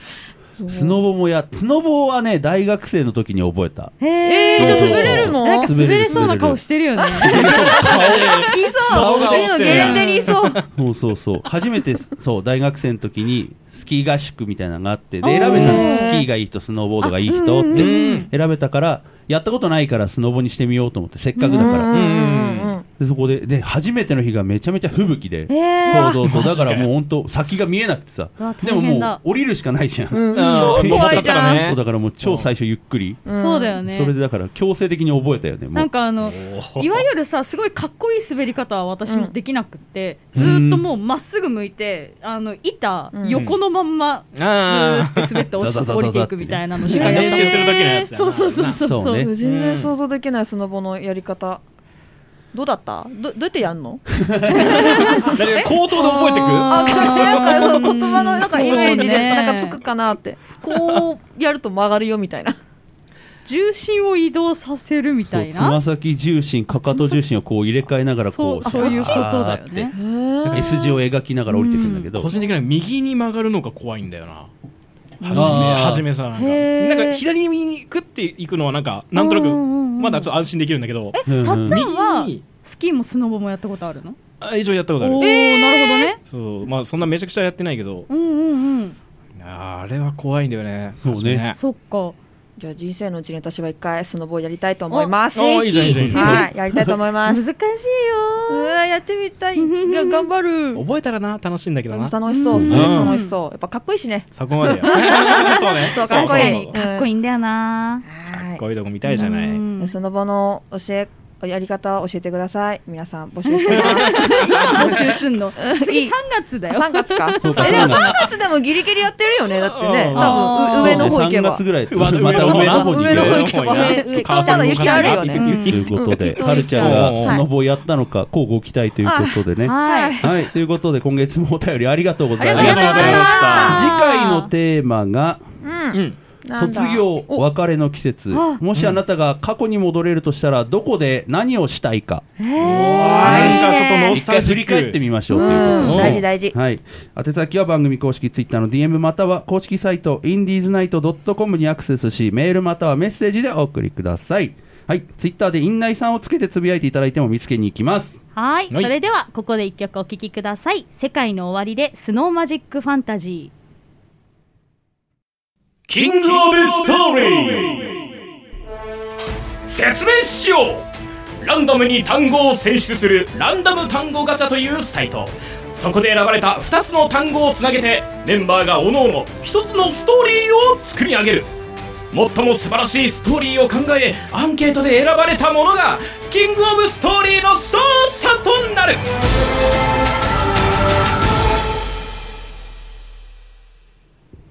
[SPEAKER 4] そう
[SPEAKER 2] スノボもやスノボはね大学生の時に覚えた
[SPEAKER 3] へ
[SPEAKER 4] えー、じゃあ
[SPEAKER 2] そう
[SPEAKER 4] 滑れるの
[SPEAKER 3] なんか滑
[SPEAKER 2] 滑れ
[SPEAKER 3] れ
[SPEAKER 2] る
[SPEAKER 3] そうな顔してるよね
[SPEAKER 4] いそ
[SPEAKER 5] 顔
[SPEAKER 4] う
[SPEAKER 5] が落ちてる
[SPEAKER 4] ゲレンデにいそう
[SPEAKER 2] そうそうそう
[SPEAKER 3] *laughs*
[SPEAKER 2] 初めてそう大学生の時にスキー合宿みたいなのがあってで
[SPEAKER 3] あー
[SPEAKER 2] 選べたのスキーがいい人スノーボードがいい人
[SPEAKER 3] あうん
[SPEAKER 2] っ
[SPEAKER 3] うん
[SPEAKER 5] う
[SPEAKER 2] て
[SPEAKER 5] ん
[SPEAKER 2] 選べたからやったことないからスノボにしてみようと思ってせっかくだから
[SPEAKER 4] うんうんうんうん
[SPEAKER 2] でそこでで初めての日がめちゃめちゃ吹雪で
[SPEAKER 3] え
[SPEAKER 2] そ
[SPEAKER 3] ー
[SPEAKER 2] うそうそう
[SPEAKER 5] マジ
[SPEAKER 2] だ
[SPEAKER 5] で
[SPEAKER 2] からもう本当先が見えなくてさ
[SPEAKER 3] うわ
[SPEAKER 2] でも
[SPEAKER 3] 大変だ
[SPEAKER 2] もう降りるしかないじゃん、
[SPEAKER 4] うん
[SPEAKER 5] あ
[SPEAKER 4] 超
[SPEAKER 5] ー
[SPEAKER 4] 怖いじゃん、
[SPEAKER 5] ね
[SPEAKER 2] そうだからもう超最初ゆっくり、
[SPEAKER 4] ん
[SPEAKER 3] そうだよね
[SPEAKER 2] それでだから強制的に覚えたよねもう
[SPEAKER 3] なんかあの *laughs* いわゆるさすごいかっこいい滑り方は私もできなくって、ずーっともうまっすぐ向いてあの板、
[SPEAKER 4] うん
[SPEAKER 3] 横のまんまずー
[SPEAKER 5] あ
[SPEAKER 3] っと滑って落ち
[SPEAKER 2] ザザザザ
[SPEAKER 3] 降りていくみたいなのし
[SPEAKER 5] あ。
[SPEAKER 3] かやっ
[SPEAKER 5] 練習する時のやつだな。
[SPEAKER 3] *laughs* そうそう *laughs* そうそう
[SPEAKER 2] そうね
[SPEAKER 4] 全然想像できないスノボのやり方どうだったどどうやってやんの
[SPEAKER 5] だから口頭で覚えてく
[SPEAKER 4] あ
[SPEAKER 3] あー
[SPEAKER 4] なんかその言葉のなんかイメージ
[SPEAKER 3] そう
[SPEAKER 4] で
[SPEAKER 3] ね
[SPEAKER 4] なんかつくかなってこうやると曲がるよみたいな
[SPEAKER 3] 重心を移動させるみ
[SPEAKER 2] そ
[SPEAKER 3] た
[SPEAKER 2] う
[SPEAKER 3] い
[SPEAKER 2] つ
[SPEAKER 3] な
[SPEAKER 2] ま先重心かかと重心をこう入れ替えながらこう
[SPEAKER 3] そうそういうことだよ
[SPEAKER 2] さーっ
[SPEAKER 3] ね
[SPEAKER 2] て S 字を描きながら降りてくんだけど、
[SPEAKER 5] 個人的には右に曲がるのが怖いんだよな。はじめ
[SPEAKER 2] あー
[SPEAKER 5] はじめさなんか
[SPEAKER 3] へー
[SPEAKER 5] なんか左に食っていくのはなんかなんとなく
[SPEAKER 3] うんうんうんうん
[SPEAKER 5] まだちょっと安心できるんだけど
[SPEAKER 3] え
[SPEAKER 2] うんうん
[SPEAKER 3] たっちゃんは
[SPEAKER 5] 右に
[SPEAKER 3] スキーもスノボもやったことあるの
[SPEAKER 5] あ一応やったことあ
[SPEAKER 3] おー、
[SPEAKER 5] る
[SPEAKER 3] なるほどね
[SPEAKER 5] そうまあそんなめちゃくちゃやってないけど
[SPEAKER 3] うんうんうん
[SPEAKER 5] あーあれは怖いんだよね
[SPEAKER 2] そうね
[SPEAKER 5] 確かに
[SPEAKER 3] そっか
[SPEAKER 4] じゃあ人生のうちに私は一回スノボをやりたいと思います
[SPEAKER 5] おあーいいじゃんいいじゃんいいじゃん
[SPEAKER 4] はいやりたいと思いま
[SPEAKER 3] 難し
[SPEAKER 4] す
[SPEAKER 3] いよ
[SPEAKER 4] う
[SPEAKER 3] ー
[SPEAKER 4] わやってみたいが頑張る
[SPEAKER 5] 覚えたらな楽しいんだけどなそ
[SPEAKER 4] 楽しそう
[SPEAKER 3] うん
[SPEAKER 4] すごい楽しそうやっぱかっこいいしね
[SPEAKER 5] こまでよそうね
[SPEAKER 4] そうかっこいい
[SPEAKER 5] そうそうそう
[SPEAKER 3] かっこいいんだよな
[SPEAKER 5] かっ
[SPEAKER 4] は
[SPEAKER 5] こいいとこ見たいじゃない
[SPEAKER 3] うん
[SPEAKER 4] いスノボの教えやり方を教えてください皆さん募集しています
[SPEAKER 3] 今募集すんの次3月
[SPEAKER 4] *laughs*
[SPEAKER 3] だよ
[SPEAKER 4] 3月か。え、で
[SPEAKER 2] そう
[SPEAKER 4] も
[SPEAKER 2] か
[SPEAKER 4] 3
[SPEAKER 2] そうなん
[SPEAKER 4] 月でもギリギリやってるよね、だってね。
[SPEAKER 3] あー
[SPEAKER 4] 多分う *laughs* 上の方行け
[SPEAKER 2] 3
[SPEAKER 4] ば
[SPEAKER 2] 月。ぐらい
[SPEAKER 5] 上の
[SPEAKER 2] また上の方に
[SPEAKER 4] 上の方行
[SPEAKER 2] 行
[SPEAKER 4] けば
[SPEAKER 5] 上の方行けば
[SPEAKER 4] 上聞いたの雪あるよね
[SPEAKER 5] ちょっと川の方に
[SPEAKER 2] ということ
[SPEAKER 3] *laughs*
[SPEAKER 2] で、
[SPEAKER 4] うん
[SPEAKER 2] はるちゃん
[SPEAKER 5] うん
[SPEAKER 2] がスノボをやったのか、こうご期待ということでね。は
[SPEAKER 3] はい
[SPEAKER 2] い、ということで、今月もお便りありがとうございま
[SPEAKER 5] あり
[SPEAKER 2] し
[SPEAKER 5] がとうございました
[SPEAKER 2] た。次回のテーマが、
[SPEAKER 4] うん
[SPEAKER 5] うん
[SPEAKER 4] なんだ
[SPEAKER 2] 卒業、別れの季節。
[SPEAKER 3] あ
[SPEAKER 2] もしあなたが過去に戻れるとしたら、どこで何をしたいか。
[SPEAKER 5] なんかちょっとノ
[SPEAKER 2] 一
[SPEAKER 5] スタ
[SPEAKER 2] 回振
[SPEAKER 5] ジ
[SPEAKER 2] り
[SPEAKER 5] ッ
[SPEAKER 2] 返って
[SPEAKER 5] ク
[SPEAKER 2] みましょう
[SPEAKER 4] う
[SPEAKER 2] ということ
[SPEAKER 4] ん
[SPEAKER 2] で。
[SPEAKER 4] 大事大事。
[SPEAKER 2] はい、宛先は番組公式ツイッターの DM または公式サイト indiesnight.com にアクセスしメールまたはメッセージでお送りください、はい、ツイッターで院内さんをつけてつぶやいていただいても見つけに行きます
[SPEAKER 3] はい、
[SPEAKER 5] はい
[SPEAKER 3] それではここで一曲お聴きください「世界の終わり」で「スノーマジックファンタジー」
[SPEAKER 6] キングオブストーリー説明しようランダムに単語を選出するランダム単語ガチャというサイトそこで選ばれた2つの単語をつなげてメンバーが各々1つのストーリーを作り上げる最も素晴らしいストーリーを考えアンケートで選ばれたものがキングオブストーリーの勝者となる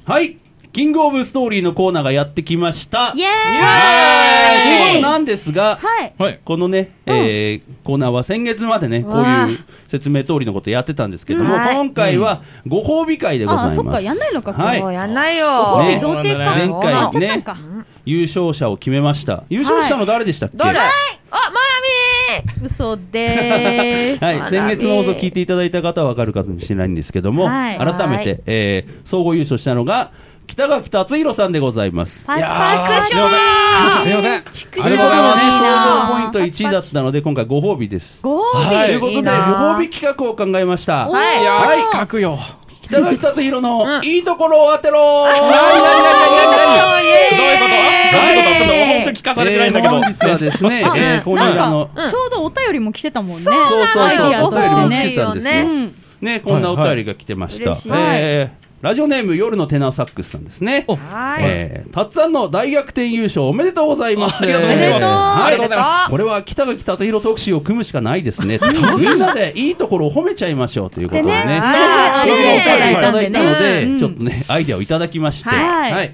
[SPEAKER 2] はいキングオブストーリーのコーナーがやってきました
[SPEAKER 3] イエーイ
[SPEAKER 2] はいということなんですが、
[SPEAKER 3] はい
[SPEAKER 5] はい
[SPEAKER 2] このね、えーコーナーは先月までねこう
[SPEAKER 4] わあ
[SPEAKER 2] いう説明通りのことやってたんですけども
[SPEAKER 4] はい
[SPEAKER 2] 今回はご褒美会でございます、
[SPEAKER 3] あそっかやんないのか
[SPEAKER 2] はい
[SPEAKER 4] もうやんない
[SPEAKER 3] お
[SPEAKER 4] よ。
[SPEAKER 3] 褒美
[SPEAKER 2] ね
[SPEAKER 3] 贈呈か
[SPEAKER 5] 前
[SPEAKER 2] 回
[SPEAKER 3] あやっちゃったんか
[SPEAKER 2] 優勝者を決めました優勝者の誰でしたっけ、
[SPEAKER 4] 誰あ、マラミー
[SPEAKER 3] 嘘でー
[SPEAKER 2] *laughs*
[SPEAKER 3] す
[SPEAKER 2] はい、
[SPEAKER 4] 学び
[SPEAKER 2] 先月の放送聞いていただいた方は分かるかもしれないんですけども、
[SPEAKER 3] はい
[SPEAKER 2] 改め
[SPEAKER 4] は
[SPEAKER 2] て、えー総合優勝したのが北垣達弘さんでございます。
[SPEAKER 3] パチ
[SPEAKER 5] や
[SPEAKER 3] パ
[SPEAKER 5] ー
[SPEAKER 3] チ
[SPEAKER 5] すいませんすいません
[SPEAKER 2] ということでね
[SPEAKER 3] いいなあ
[SPEAKER 2] 総合ポイント1位だったので今回ご褒美です。
[SPEAKER 3] ご褒美、
[SPEAKER 5] はい
[SPEAKER 2] ということ
[SPEAKER 4] いい
[SPEAKER 2] でご
[SPEAKER 4] なあ
[SPEAKER 2] 褒美企画を考えました
[SPEAKER 3] お。ー
[SPEAKER 5] いや
[SPEAKER 2] はい
[SPEAKER 5] ー企画よ
[SPEAKER 2] 北垣達弘
[SPEAKER 4] う
[SPEAKER 2] の
[SPEAKER 4] ん
[SPEAKER 2] いいところを当てろ
[SPEAKER 5] 何
[SPEAKER 4] イ
[SPEAKER 5] どういうこと
[SPEAKER 4] エーイ
[SPEAKER 5] どういうことちょっと本当聞かされてないんだけど、
[SPEAKER 2] えー本日はですね、
[SPEAKER 3] あ
[SPEAKER 2] えー、ここにあの、
[SPEAKER 3] なんかちょうどお便りも来てたもんね
[SPEAKER 2] そうそうそう、
[SPEAKER 3] アイディア
[SPEAKER 2] お
[SPEAKER 3] として
[SPEAKER 2] 便りも
[SPEAKER 4] ね
[SPEAKER 2] 来てたんです
[SPEAKER 3] う
[SPEAKER 2] よ。
[SPEAKER 3] ん
[SPEAKER 2] ね、こんなお便りが来てました。
[SPEAKER 4] はいはい
[SPEAKER 2] えーラジオネーム夜のテナーサックスさんですね
[SPEAKER 5] お
[SPEAKER 4] はい、
[SPEAKER 2] えー、たっさんの大逆転優勝おめでとうございます
[SPEAKER 5] ありがとうございます
[SPEAKER 2] は
[SPEAKER 5] ありがとうございま
[SPEAKER 2] これは北垣達弘特集を組むしかないですねみんなでいいところを褒めちゃいましょうということでね
[SPEAKER 3] ね
[SPEAKER 2] あ
[SPEAKER 3] はい
[SPEAKER 2] のお
[SPEAKER 3] ね
[SPEAKER 2] 便りいただ
[SPEAKER 3] はい
[SPEAKER 2] いたので、
[SPEAKER 3] うん
[SPEAKER 2] ちょっとね、アイデアをいただきまして、
[SPEAKER 3] はい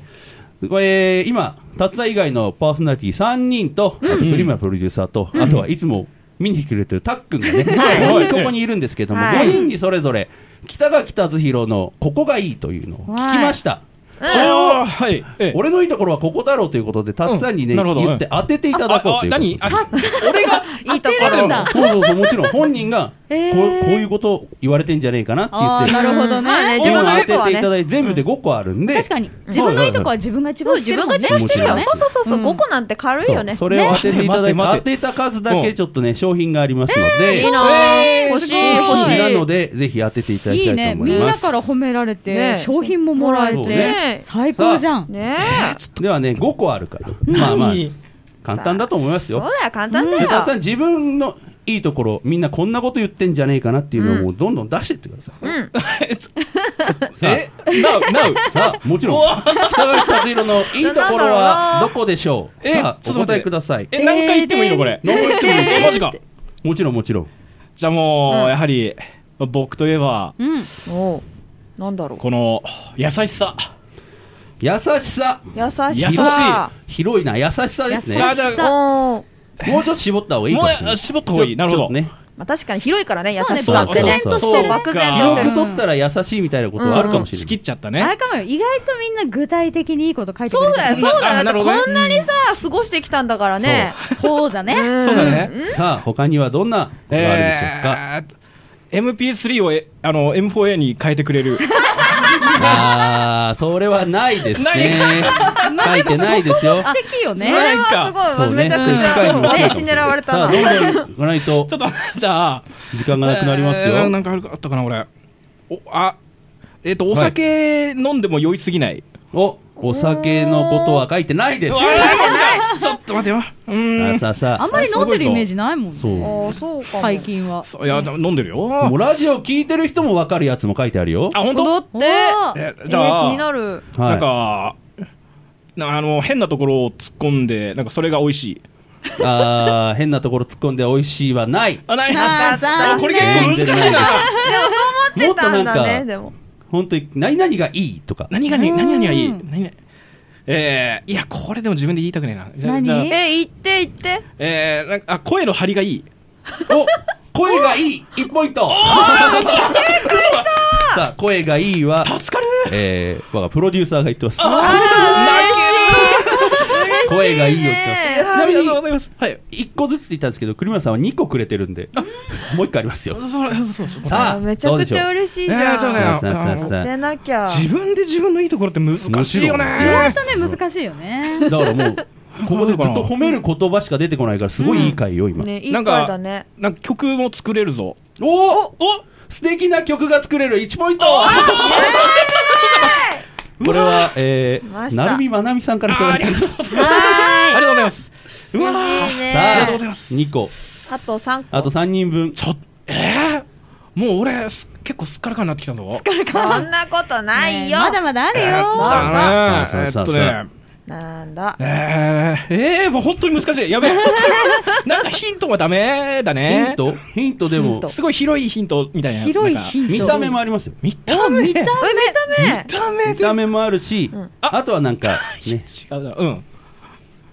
[SPEAKER 2] これ今、達也以外のパーソナリティ3人と、あとプリマプロデューサーと、あとはいつも見に来てくれてるたっくんが
[SPEAKER 3] *laughs*
[SPEAKER 2] ね、
[SPEAKER 5] はい
[SPEAKER 2] 5人ここにいるんですけども、
[SPEAKER 4] はい
[SPEAKER 2] 5人にそれぞれ、北垣達弘のここがいいというのを聞きました。
[SPEAKER 5] それをはいええ
[SPEAKER 2] 俺のいいところはここだろうということで、たっさんに
[SPEAKER 5] う
[SPEAKER 2] ね、
[SPEAKER 5] んなるほど
[SPEAKER 2] 言って当てていただこうということです
[SPEAKER 5] ああ何
[SPEAKER 4] 俺がいいとこ
[SPEAKER 3] 当てる
[SPEAKER 4] ろ
[SPEAKER 3] んだ
[SPEAKER 2] そうそうそう、もちろん本人が、こ
[SPEAKER 3] へ
[SPEAKER 2] う
[SPEAKER 3] ー
[SPEAKER 2] こういうこと言われてんじゃねえかなって言
[SPEAKER 3] あ
[SPEAKER 2] っ
[SPEAKER 3] ー
[SPEAKER 2] て。
[SPEAKER 3] なるほど
[SPEAKER 4] まあね
[SPEAKER 3] ね
[SPEAKER 4] 自分のこと
[SPEAKER 2] 当
[SPEAKER 4] は
[SPEAKER 2] てていただ
[SPEAKER 4] ね
[SPEAKER 2] いて全部で5個あるんで、
[SPEAKER 3] 確かに自分のいいとこは自分が一
[SPEAKER 4] そう
[SPEAKER 3] 番
[SPEAKER 4] 自
[SPEAKER 3] してる
[SPEAKER 4] 分
[SPEAKER 3] も
[SPEAKER 4] が
[SPEAKER 3] んね
[SPEAKER 4] 一番してるよ
[SPEAKER 2] も
[SPEAKER 4] ねそ
[SPEAKER 2] ちろん
[SPEAKER 4] うそうそう、5個なんて軽いよね
[SPEAKER 2] そうそれを当ててい
[SPEAKER 5] ね待
[SPEAKER 2] ただいて、当
[SPEAKER 5] って待って
[SPEAKER 2] てた数だけちょっとね、商品がありますので、
[SPEAKER 4] いいなぁ、欲しい
[SPEAKER 3] すご
[SPEAKER 4] 欲しい
[SPEAKER 2] なのでぜひ当てていただき
[SPEAKER 3] い
[SPEAKER 2] た
[SPEAKER 3] い
[SPEAKER 2] いと
[SPEAKER 3] ね
[SPEAKER 2] 思
[SPEAKER 3] み
[SPEAKER 2] い
[SPEAKER 3] ん
[SPEAKER 2] ま
[SPEAKER 3] な
[SPEAKER 2] す。
[SPEAKER 3] から褒められて、
[SPEAKER 4] ね
[SPEAKER 3] 商品ももらえて、
[SPEAKER 2] そう
[SPEAKER 4] ね
[SPEAKER 3] 最高じゃん
[SPEAKER 4] ねえ
[SPEAKER 2] ではね、5個あるから、まあまあ簡単だと思います
[SPEAKER 4] そう
[SPEAKER 2] よ。
[SPEAKER 4] だよ簡単だ
[SPEAKER 2] でたくさん
[SPEAKER 4] よ、
[SPEAKER 2] 自分のいいところ、みんなこんなこと言ってんじゃねえかなっていうのをもうどんどん出してってくださ
[SPEAKER 4] うん
[SPEAKER 2] い。さあ
[SPEAKER 5] なうなう
[SPEAKER 2] さあ、もちろん、北垣達弘のいいところはどこでしょう
[SPEAKER 5] え
[SPEAKER 2] さあ、
[SPEAKER 5] ちょ
[SPEAKER 2] お
[SPEAKER 5] っと待って
[SPEAKER 2] 答えください。
[SPEAKER 5] え何回言ってもいいのこれ
[SPEAKER 2] 何回言ってもいいですよ
[SPEAKER 5] マジか
[SPEAKER 2] もちろん、もちろん。
[SPEAKER 5] じゃあもう
[SPEAKER 4] うん
[SPEAKER 5] やはり僕といえば
[SPEAKER 3] うん
[SPEAKER 4] おうなんだろう
[SPEAKER 5] この優しさ
[SPEAKER 2] 優しさ。
[SPEAKER 4] 優しさ
[SPEAKER 5] 優しいあ
[SPEAKER 2] 広いな、優しさですね。
[SPEAKER 5] あじゃあ
[SPEAKER 4] おう
[SPEAKER 2] もうちょっと絞った方がいいかもしれな
[SPEAKER 5] もう
[SPEAKER 2] い。
[SPEAKER 5] 絞った方がいいなるほど
[SPEAKER 2] ちょっとね。
[SPEAKER 4] まあ、確かに広いからね優し
[SPEAKER 3] そう
[SPEAKER 4] さ
[SPEAKER 3] ね
[SPEAKER 4] ってね
[SPEAKER 2] 漠然と
[SPEAKER 5] してる
[SPEAKER 4] 漠然とし
[SPEAKER 5] そう
[SPEAKER 4] て
[SPEAKER 2] 広
[SPEAKER 4] る
[SPEAKER 2] く取ったら優しいみたいなことはあ
[SPEAKER 5] ちょ
[SPEAKER 2] る
[SPEAKER 5] っ
[SPEAKER 2] かも
[SPEAKER 5] と
[SPEAKER 2] しれ
[SPEAKER 5] 仕
[SPEAKER 2] な
[SPEAKER 5] 切
[SPEAKER 2] い。
[SPEAKER 5] っちゃった
[SPEAKER 3] あ
[SPEAKER 5] ね
[SPEAKER 3] れかもよ意外とみんな具体的にいいこと書いてく
[SPEAKER 4] そ
[SPEAKER 3] れ
[SPEAKER 4] う
[SPEAKER 3] て
[SPEAKER 4] だ
[SPEAKER 3] る
[SPEAKER 4] よそうだ
[SPEAKER 5] あ
[SPEAKER 4] よだ
[SPEAKER 5] な
[SPEAKER 4] って
[SPEAKER 5] るほどね
[SPEAKER 4] こんなにさ過ごしてきたんだからね
[SPEAKER 3] そうだね
[SPEAKER 4] ん
[SPEAKER 5] そうだね
[SPEAKER 2] さあ、他にはどんなことがあるでしょうか。
[SPEAKER 5] えー MP3 をえあの M4A に変えてくれ
[SPEAKER 2] *laughs*
[SPEAKER 5] る
[SPEAKER 2] ああ、それはないです
[SPEAKER 5] な
[SPEAKER 2] ね。 *laughs* 書いてないですよ。
[SPEAKER 3] 素敵よ
[SPEAKER 4] それ
[SPEAKER 3] ね
[SPEAKER 5] ね
[SPEAKER 4] はすご
[SPEAKER 2] そ
[SPEAKER 4] いう
[SPEAKER 2] ね
[SPEAKER 4] めちゃくちゃ
[SPEAKER 2] うん
[SPEAKER 4] 私に狙われたな
[SPEAKER 2] さあ、どんどん行かない
[SPEAKER 5] ち
[SPEAKER 2] と
[SPEAKER 5] ょっとじゃあ
[SPEAKER 2] 時間がなくなります
[SPEAKER 5] えー
[SPEAKER 2] よ。
[SPEAKER 5] なんかあるかあったかな俺おあえっ、とお酒飲んでも酔いすぎない、
[SPEAKER 2] お、お酒のことは書いてないです。
[SPEAKER 5] ちょっと待てようーん
[SPEAKER 2] さあさ
[SPEAKER 3] あんまり飲んでるイメージないもん
[SPEAKER 2] そう。
[SPEAKER 4] おうそうかも
[SPEAKER 3] 最近は
[SPEAKER 5] そういやでも飲んでるよ
[SPEAKER 2] もうラジオ聞いてる人もわかるやつも書いてあるよ。
[SPEAKER 5] あ本当
[SPEAKER 4] 踊って
[SPEAKER 3] おー
[SPEAKER 5] え
[SPEAKER 4] え
[SPEAKER 5] じゃ
[SPEAKER 4] ー
[SPEAKER 5] あ、
[SPEAKER 4] 気になる
[SPEAKER 2] はい
[SPEAKER 5] なんかなあの変なところを突っ込んでなんかそれが美味しい
[SPEAKER 2] あー変なところ突っ込んで美味しいはない。
[SPEAKER 5] あない
[SPEAKER 3] な
[SPEAKER 5] あ
[SPEAKER 3] んか残念
[SPEAKER 5] これ結構難しい
[SPEAKER 4] で
[SPEAKER 5] な
[SPEAKER 4] もそう思ってたんだ
[SPEAKER 2] もっとなんか
[SPEAKER 4] ねでも
[SPEAKER 2] 本当に何々がいいとか。
[SPEAKER 5] 何がね何々がいい
[SPEAKER 3] うん
[SPEAKER 5] 何々えー、いやこれでも自分で言いたくねえなじゃあ
[SPEAKER 3] 何
[SPEAKER 5] じゃあ
[SPEAKER 4] え言って言って
[SPEAKER 5] えー、なんかあ声の張りがいい
[SPEAKER 2] お声がいい !1 ポイントさあ、声がいいは、
[SPEAKER 5] 助かる
[SPEAKER 2] えー、我がプロデューサーが言ってます。声がいいよって
[SPEAKER 5] ち
[SPEAKER 2] ます。ちなみ
[SPEAKER 5] ありがとうござい
[SPEAKER 2] に、
[SPEAKER 5] ますはい
[SPEAKER 2] 1個ずつって言ったんですけど、栗村さんは2個くれてるんで、もう1個ありますよ。
[SPEAKER 5] そうそうそうそう
[SPEAKER 2] さあ、
[SPEAKER 4] めち
[SPEAKER 2] ど
[SPEAKER 4] ゃく
[SPEAKER 2] うでし
[SPEAKER 4] ち
[SPEAKER 2] ょ
[SPEAKER 4] ゃ
[SPEAKER 2] う
[SPEAKER 4] 嬉しい
[SPEAKER 5] え
[SPEAKER 4] じ
[SPEAKER 5] ー、ちょ
[SPEAKER 4] ゃ
[SPEAKER 5] っ
[SPEAKER 4] ん
[SPEAKER 5] とね
[SPEAKER 2] さあさあ
[SPEAKER 4] 当
[SPEAKER 2] さ
[SPEAKER 4] て
[SPEAKER 2] あ。
[SPEAKER 4] なきゃ
[SPEAKER 5] 自分で自分のいいところって難しいよね
[SPEAKER 2] 難しい
[SPEAKER 3] 本当ね難しいよね
[SPEAKER 2] だからもう、ここでずっと褒める言葉しか出てこないから、すごいいい回よ、今。
[SPEAKER 4] ねいい
[SPEAKER 5] な
[SPEAKER 4] 声
[SPEAKER 5] んか
[SPEAKER 4] だね
[SPEAKER 5] なんか曲も作れるぞ
[SPEAKER 2] おお
[SPEAKER 5] お
[SPEAKER 2] 素敵な曲が作れる1ポイント *laughs* これは、え
[SPEAKER 4] ま
[SPEAKER 2] ー、
[SPEAKER 4] した
[SPEAKER 2] 成美まなみさんからいただきましたさ
[SPEAKER 5] ありがとうございますうわ
[SPEAKER 4] いい
[SPEAKER 5] ー
[SPEAKER 4] ね
[SPEAKER 5] ありがとう
[SPEAKER 2] あ
[SPEAKER 5] ございます
[SPEAKER 2] 2個
[SPEAKER 4] あと3個
[SPEAKER 2] あと3人分
[SPEAKER 5] ちょえー、もう俺す結構すっからかになってきたぞ
[SPEAKER 4] そんなことないよ
[SPEAKER 3] ねまだまだあるよ
[SPEAKER 5] あ
[SPEAKER 2] そうそう
[SPEAKER 5] え
[SPEAKER 2] そ
[SPEAKER 5] ーっ
[SPEAKER 2] うそ
[SPEAKER 5] と
[SPEAKER 2] う
[SPEAKER 5] ね
[SPEAKER 4] なんだ
[SPEAKER 5] えー、えー、もう本当に難しいやべえなんかヒントはダメだね
[SPEAKER 2] ヒントヒントで
[SPEAKER 4] ヒン
[SPEAKER 2] も
[SPEAKER 4] ト
[SPEAKER 5] すごい広いヒントみたいな
[SPEAKER 3] 広い
[SPEAKER 5] なんか
[SPEAKER 3] ヒント
[SPEAKER 2] 見た目もありますよ
[SPEAKER 5] 見た目見た
[SPEAKER 4] え見た目
[SPEAKER 5] 目
[SPEAKER 2] 見た目もあるしあとはなん *laughs* かね
[SPEAKER 5] 違うなうん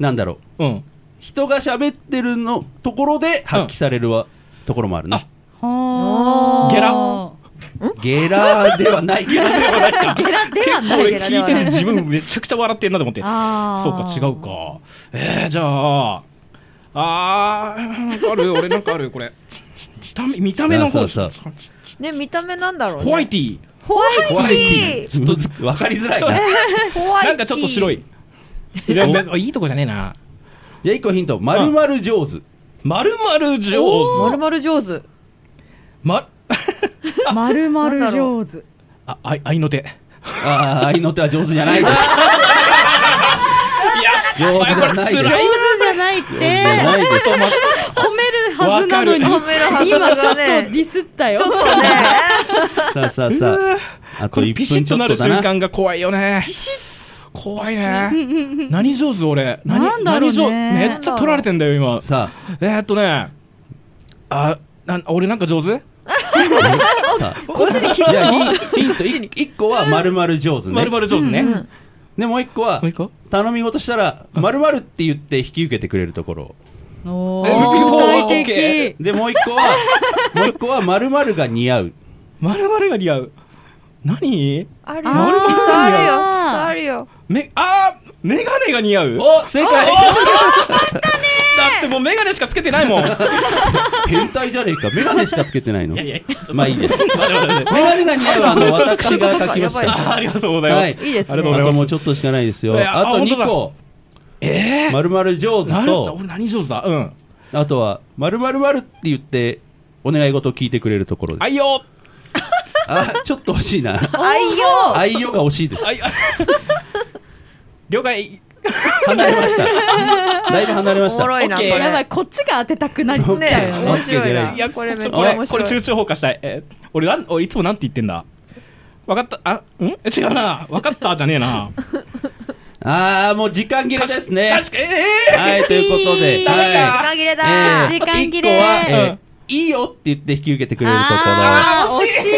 [SPEAKER 2] なんだろう
[SPEAKER 5] うん
[SPEAKER 2] 人が喋ってるのところで発揮されるわところもあるね
[SPEAKER 3] はー
[SPEAKER 5] ゲラ
[SPEAKER 2] ゲラではないゲ
[SPEAKER 5] *laughs*
[SPEAKER 2] ラではないか
[SPEAKER 3] ゲラでは
[SPEAKER 5] 結構
[SPEAKER 3] ない
[SPEAKER 5] 俺
[SPEAKER 3] ゲラで
[SPEAKER 5] 聞い
[SPEAKER 3] は
[SPEAKER 5] て
[SPEAKER 3] な
[SPEAKER 5] て
[SPEAKER 3] い
[SPEAKER 5] 自分めちゃくちゃ笑ってんなと思って
[SPEAKER 3] あー
[SPEAKER 5] そうか違うかえー、じゃああーなんかある俺なんかあるこれ見た目見た目の方
[SPEAKER 2] そう
[SPEAKER 4] ね見た目なんだろうね
[SPEAKER 5] ホワイティ
[SPEAKER 4] ホワイ
[SPEAKER 2] ホワイティちょっと *laughs* わかりづらい
[SPEAKER 5] ちょ
[SPEAKER 2] な
[SPEAKER 4] ホワイティ
[SPEAKER 5] なんかちょっと白いいや別にいいとこじゃねえな
[SPEAKER 2] じゃあ1個ヒントまるまる上手
[SPEAKER 5] まるまる
[SPEAKER 4] ま
[SPEAKER 5] 上手
[SPEAKER 4] るまる上手
[SPEAKER 5] ま
[SPEAKER 3] まるまる上手
[SPEAKER 5] ああい愛の手い
[SPEAKER 2] ああ、愛の手は上手じゃないです。
[SPEAKER 5] やこれ辛い
[SPEAKER 2] 上手じゃないです。
[SPEAKER 3] 上手じゃないって褒め
[SPEAKER 2] じゃないです。
[SPEAKER 3] るはずなのに
[SPEAKER 5] わ
[SPEAKER 4] かる褒めるはずなの
[SPEAKER 3] 今
[SPEAKER 4] に
[SPEAKER 3] ちょっとディスったよ
[SPEAKER 4] ちょっとね
[SPEAKER 2] さあさあさあ。あ
[SPEAKER 5] ことの
[SPEAKER 2] 1
[SPEAKER 5] ピシ
[SPEAKER 2] 分
[SPEAKER 5] ッ
[SPEAKER 2] ち
[SPEAKER 5] と
[SPEAKER 2] ょっ
[SPEAKER 5] な
[SPEAKER 2] と
[SPEAKER 5] る瞬
[SPEAKER 2] だな
[SPEAKER 5] 間が怖いよね怖いね何上手俺
[SPEAKER 3] なん
[SPEAKER 5] 何
[SPEAKER 3] だろう
[SPEAKER 5] 何
[SPEAKER 3] ね
[SPEAKER 5] 上手めっちゃ取られてんだよ今 *laughs*
[SPEAKER 2] さ
[SPEAKER 5] えーっとねあなん俺なんか上手
[SPEAKER 2] あさあいやヒンヒントい一個は丸々上手
[SPEAKER 5] ま
[SPEAKER 2] ね
[SPEAKER 5] るまる上手ね
[SPEAKER 4] うん
[SPEAKER 5] も
[SPEAKER 2] でもう一個は
[SPEAKER 5] う一個
[SPEAKER 2] 頼み事したら丸々って言って引き受けてくれるところ
[SPEAKER 3] おー
[SPEAKER 5] え MVP4
[SPEAKER 3] 具体的
[SPEAKER 5] OK
[SPEAKER 2] でもう一
[SPEAKER 5] *laughs*
[SPEAKER 2] 個はもう一個は丸々が似合う
[SPEAKER 5] まるまるが似合う何
[SPEAKER 4] あるよ
[SPEAKER 3] あー
[SPEAKER 4] きっとあるよきっとあるよ
[SPEAKER 5] めあーメガネが似合うだ
[SPEAKER 2] お正解
[SPEAKER 5] ってもうメガネしかつけてないもん *laughs* い
[SPEAKER 2] 変態じゃねえか眼鏡しかつけてないの
[SPEAKER 5] やいやちょっと
[SPEAKER 2] まあい
[SPEAKER 5] *laughs*
[SPEAKER 2] いです
[SPEAKER 5] 待って待って待って
[SPEAKER 2] メガネが似合
[SPEAKER 5] *laughs*
[SPEAKER 2] うあの私が書きまし
[SPEAKER 4] 仕事とかやばい
[SPEAKER 2] た
[SPEAKER 5] あーありがとうございます、
[SPEAKER 2] はい
[SPEAKER 4] いいです
[SPEAKER 5] ありがとうご
[SPEAKER 4] ね
[SPEAKER 5] ざいま
[SPEAKER 2] あと
[SPEAKER 5] す
[SPEAKER 2] もうちょっとしかないですよ
[SPEAKER 5] いや
[SPEAKER 2] あ
[SPEAKER 5] あ
[SPEAKER 2] と
[SPEAKER 5] 本当だ
[SPEAKER 2] 2個
[SPEAKER 5] え
[SPEAKER 2] 丸々上手
[SPEAKER 5] ー、
[SPEAKER 2] と
[SPEAKER 5] 何何上手だうん
[SPEAKER 2] あとは丸々丸って言ってお願い事を聞いてくれるところです
[SPEAKER 5] 愛用
[SPEAKER 2] あちょっと惜しいな
[SPEAKER 4] 愛用
[SPEAKER 2] 愛用が惜しいです
[SPEAKER 5] 愛用 *laughs* 了解
[SPEAKER 2] 離れましただいぶ離れま
[SPEAKER 4] お
[SPEAKER 2] し
[SPEAKER 4] も
[SPEAKER 2] た
[SPEAKER 4] ろいなこ
[SPEAKER 5] オッケー
[SPEAKER 3] やばい
[SPEAKER 4] れ
[SPEAKER 3] こっちが当てたくなっちゃうよね
[SPEAKER 4] ね面白い
[SPEAKER 2] オッケー
[SPEAKER 4] な
[SPEAKER 2] です
[SPEAKER 5] いや
[SPEAKER 4] これめっ
[SPEAKER 5] ちょ
[SPEAKER 4] ち
[SPEAKER 5] っ
[SPEAKER 4] ゃ
[SPEAKER 5] とこれ
[SPEAKER 4] 面
[SPEAKER 5] こ
[SPEAKER 4] 白
[SPEAKER 5] れ
[SPEAKER 4] い
[SPEAKER 5] 集中砲火したい、えー俺なん俺いつもなんて言ってんだ分かったあん違うな分かったじゃねえな
[SPEAKER 2] ああもう時間切れですね
[SPEAKER 5] 確かええ
[SPEAKER 2] はいということ
[SPEAKER 5] *laughs*
[SPEAKER 2] で
[SPEAKER 3] ダメ
[SPEAKER 2] は
[SPEAKER 4] 時間切れだ
[SPEAKER 2] い
[SPEAKER 3] 時間切れ
[SPEAKER 2] 1個は、えー
[SPEAKER 5] うん
[SPEAKER 2] いいよって言って引き受けてくれるところ
[SPEAKER 3] あー惜しい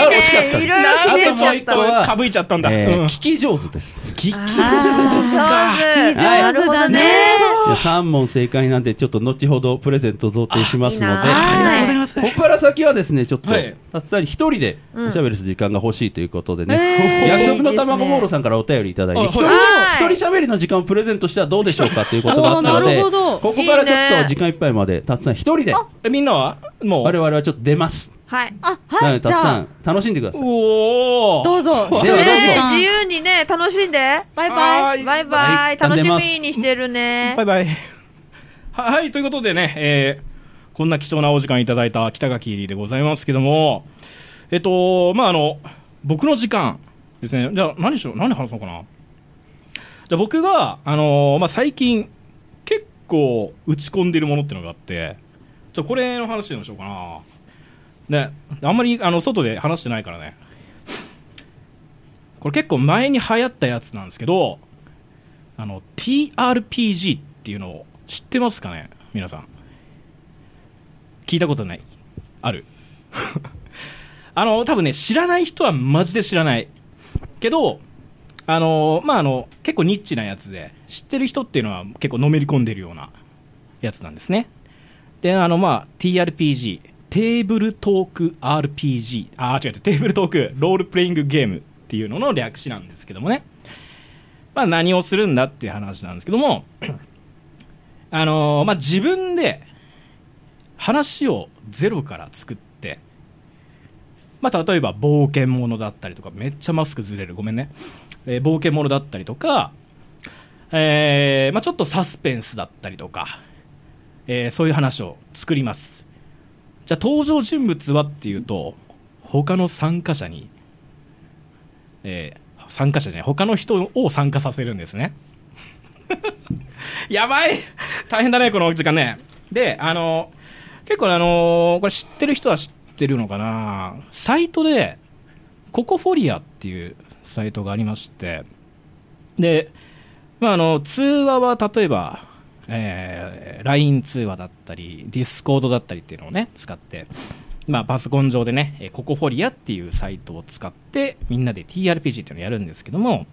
[SPEAKER 2] あ惜しかった
[SPEAKER 4] いろいろひねっちゃ
[SPEAKER 2] あともう
[SPEAKER 4] っ
[SPEAKER 2] 一
[SPEAKER 4] た
[SPEAKER 2] 個は
[SPEAKER 5] かぶいちゃったんだ、
[SPEAKER 2] え
[SPEAKER 5] う
[SPEAKER 2] ー
[SPEAKER 5] ん
[SPEAKER 2] 聞き上手です聞き
[SPEAKER 4] 上手
[SPEAKER 2] はい
[SPEAKER 4] なるほどね
[SPEAKER 2] 3問正解なんでちょっと後ほどプレゼント贈呈しますので
[SPEAKER 4] あいいなありがとうござい
[SPEAKER 2] ここから先はですねちょっと
[SPEAKER 5] はい
[SPEAKER 2] 達さんに一人でおしゃべりする時間が欲しいということでね、
[SPEAKER 3] へー
[SPEAKER 2] 約束の卵ボールさんからお便りいただいて
[SPEAKER 5] あ
[SPEAKER 2] 一人
[SPEAKER 4] はい
[SPEAKER 2] 一人しゃべりの時間をプレゼントしてはどうでしょうかということがあったの
[SPEAKER 3] あーな
[SPEAKER 2] で
[SPEAKER 3] るほど
[SPEAKER 2] ここからち
[SPEAKER 4] いい
[SPEAKER 2] ょっ
[SPEAKER 4] ね
[SPEAKER 2] と時間いっぱいまで達さん一人で
[SPEAKER 5] えみんなはもう
[SPEAKER 2] 我々はちょっと出ます
[SPEAKER 4] はい
[SPEAKER 3] あ
[SPEAKER 2] な
[SPEAKER 3] は
[SPEAKER 2] ので
[SPEAKER 3] いじ
[SPEAKER 2] 達
[SPEAKER 3] ゃ
[SPEAKER 2] さ
[SPEAKER 3] あ
[SPEAKER 2] ん楽しんでください
[SPEAKER 5] おお
[SPEAKER 3] どうぞ
[SPEAKER 2] では
[SPEAKER 3] 貴
[SPEAKER 2] どう
[SPEAKER 3] 重な
[SPEAKER 2] ぞ
[SPEAKER 3] 時
[SPEAKER 4] ね
[SPEAKER 3] 間
[SPEAKER 4] 自由にね楽しんで
[SPEAKER 3] バイバイ
[SPEAKER 5] は
[SPEAKER 4] バイバ
[SPEAKER 2] はい
[SPEAKER 4] イ楽しみにしてるね
[SPEAKER 5] バイバイははいということでね、えーこんな貴重なお時間いただいた北垣入りでございますけどもえっとまああの僕の時間ですねじゃあ何しよう何話そうかなじゃあ僕があのーまあ最近結構打ち込んでるものってのがあってちょっとこれの話でもしようかなねあんまりあの外で話してないからねこれ結構前に流行ったやつなんですけどあの TRPG っていうのを知ってますかね皆さん聞いたことないある *laughs* あの多分ね知らない人はマジで知らないけどあのまああの結構ニッチなやつで知ってる人っていうのは結構のめり込んでるようなやつなんですねであのまあ TRPG テーブルトーク RPG あー違う違うテーブルトークロールプレイングゲームっていうのの略詞なんですけどもねまあ、何をするんだっていう話なんですけども、あのーまあ、自分で話をゼロから作って、まあ、例えば冒険者だったりとかめっちゃマスクずれるごめんね、えー冒険者だったりとか、えーまあ、ちょっとサスペンスだったりとか、えーそういう話を作りますじゃあ登場人物はっていうと他の参加者にえー参加者じゃない他の人を参加させるんですね *laughs* やばい大変だねこの時間ねであの結構あのこれ知ってる人は知ってるのかなサイトでココフォリアっていうサイトがありましてで、まあ、あの通話は例えば、えー LINE 通話だったり Discord だったりっていうのをね使ってまあ、パソコン上でね、えーココフォリアっていうサイトを使って、みんなで TRPG っていうのをやるんですけども、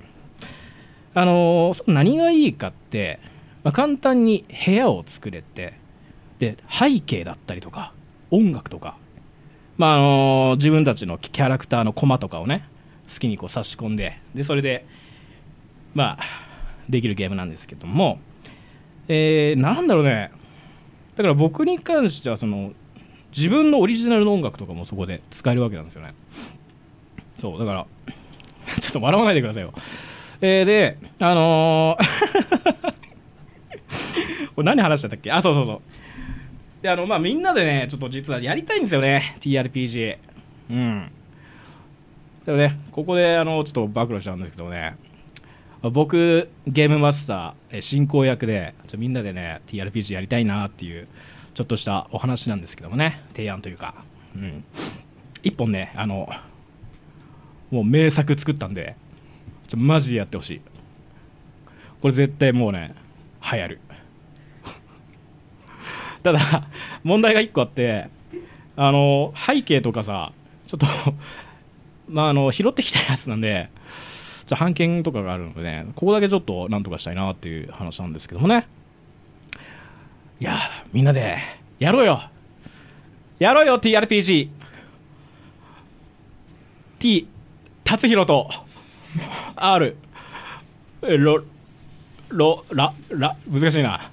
[SPEAKER 5] あのーその何がいいかって、まあ、簡単に部屋を作れて、で、背景だったりとか、音楽とか、まあ、あのー自分たちのキャラクターのコマとかをね、好きにこう差し込んで、で、それで、まあ、できるゲームなんですけども、えーなんだろうね、だから僕に関しては、その、自分のオリジナルの音楽とかもそこで使えるわけなんですよねそうだから *laughs* ちょっと笑わないでくださいよえー、であのー *laughs* これ何話してたっけあそうそうそうであのまあみんなでねちょっと実はやりたいんですよね TRPG うんでもねここであのちょっと暴露しちゃうんですけどもね僕ゲームマスターえ進行役でちょみんなでね TRPG やりたいなっていうちょっとしたお話なんですけどもね提案というか、うん、一本ねあのもう名作作ったんでちょマジでやってほしいこれ絶対もうね流行る *laughs* ただ問題が1個あってあの背景とかさちょっとまああの拾ってきたやつなんでちょっと版権とかがあるのでねここだけちょっとなんとかしたいなっていう話なんですけどもねいやみんなでやろうよやろうよ TRPG T 達弘と R えロロララ難しいな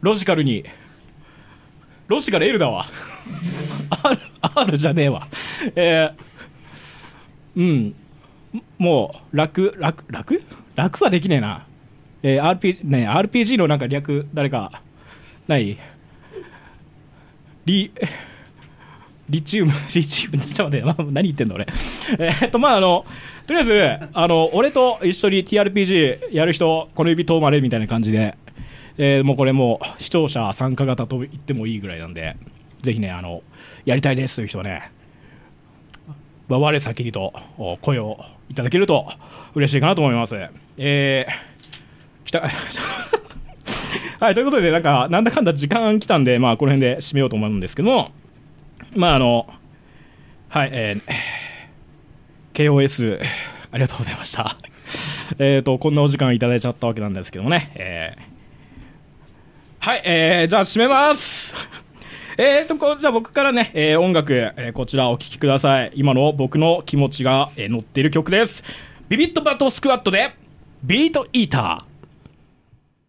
[SPEAKER 5] ロジカルにロジカル L だわ R, R じゃねえわえーうんもう楽楽楽楽はできねえなえー RPG ね RPG のなんか略誰かないリリチウム、 *laughs* リチウム、ちょっと待って、まあ、何言ってんの俺。えーっと、まあ、あの、とりあえず、あの、俺と一緒に TRPG やる人、この指遠まれみたいな感じで、えーもうこれもう視聴者参加型と言ってもいいぐらいなんで、ぜひね、あの、やりたいですという人はね、まあ我先にとお声をいただけると嬉しいかなと思います。えー、きた、はい、ということで、なんか、なんだかんだ時間来たんで、まあ、この辺で締めようと思うんですけども、まあ、あの、はい、えー KOS、ありがとうございました。 *laughs* えっと、こんなお時間いただいちゃったわけなんですけどもね、えーはい、えーじゃあ、締めます。 *laughs* えーと、こじゃあ僕からね、えー音楽、えーこちらお聴きください。今の僕の気持ちが、えー乗っている曲です。ビビットバトスクワットで、ビートイーター。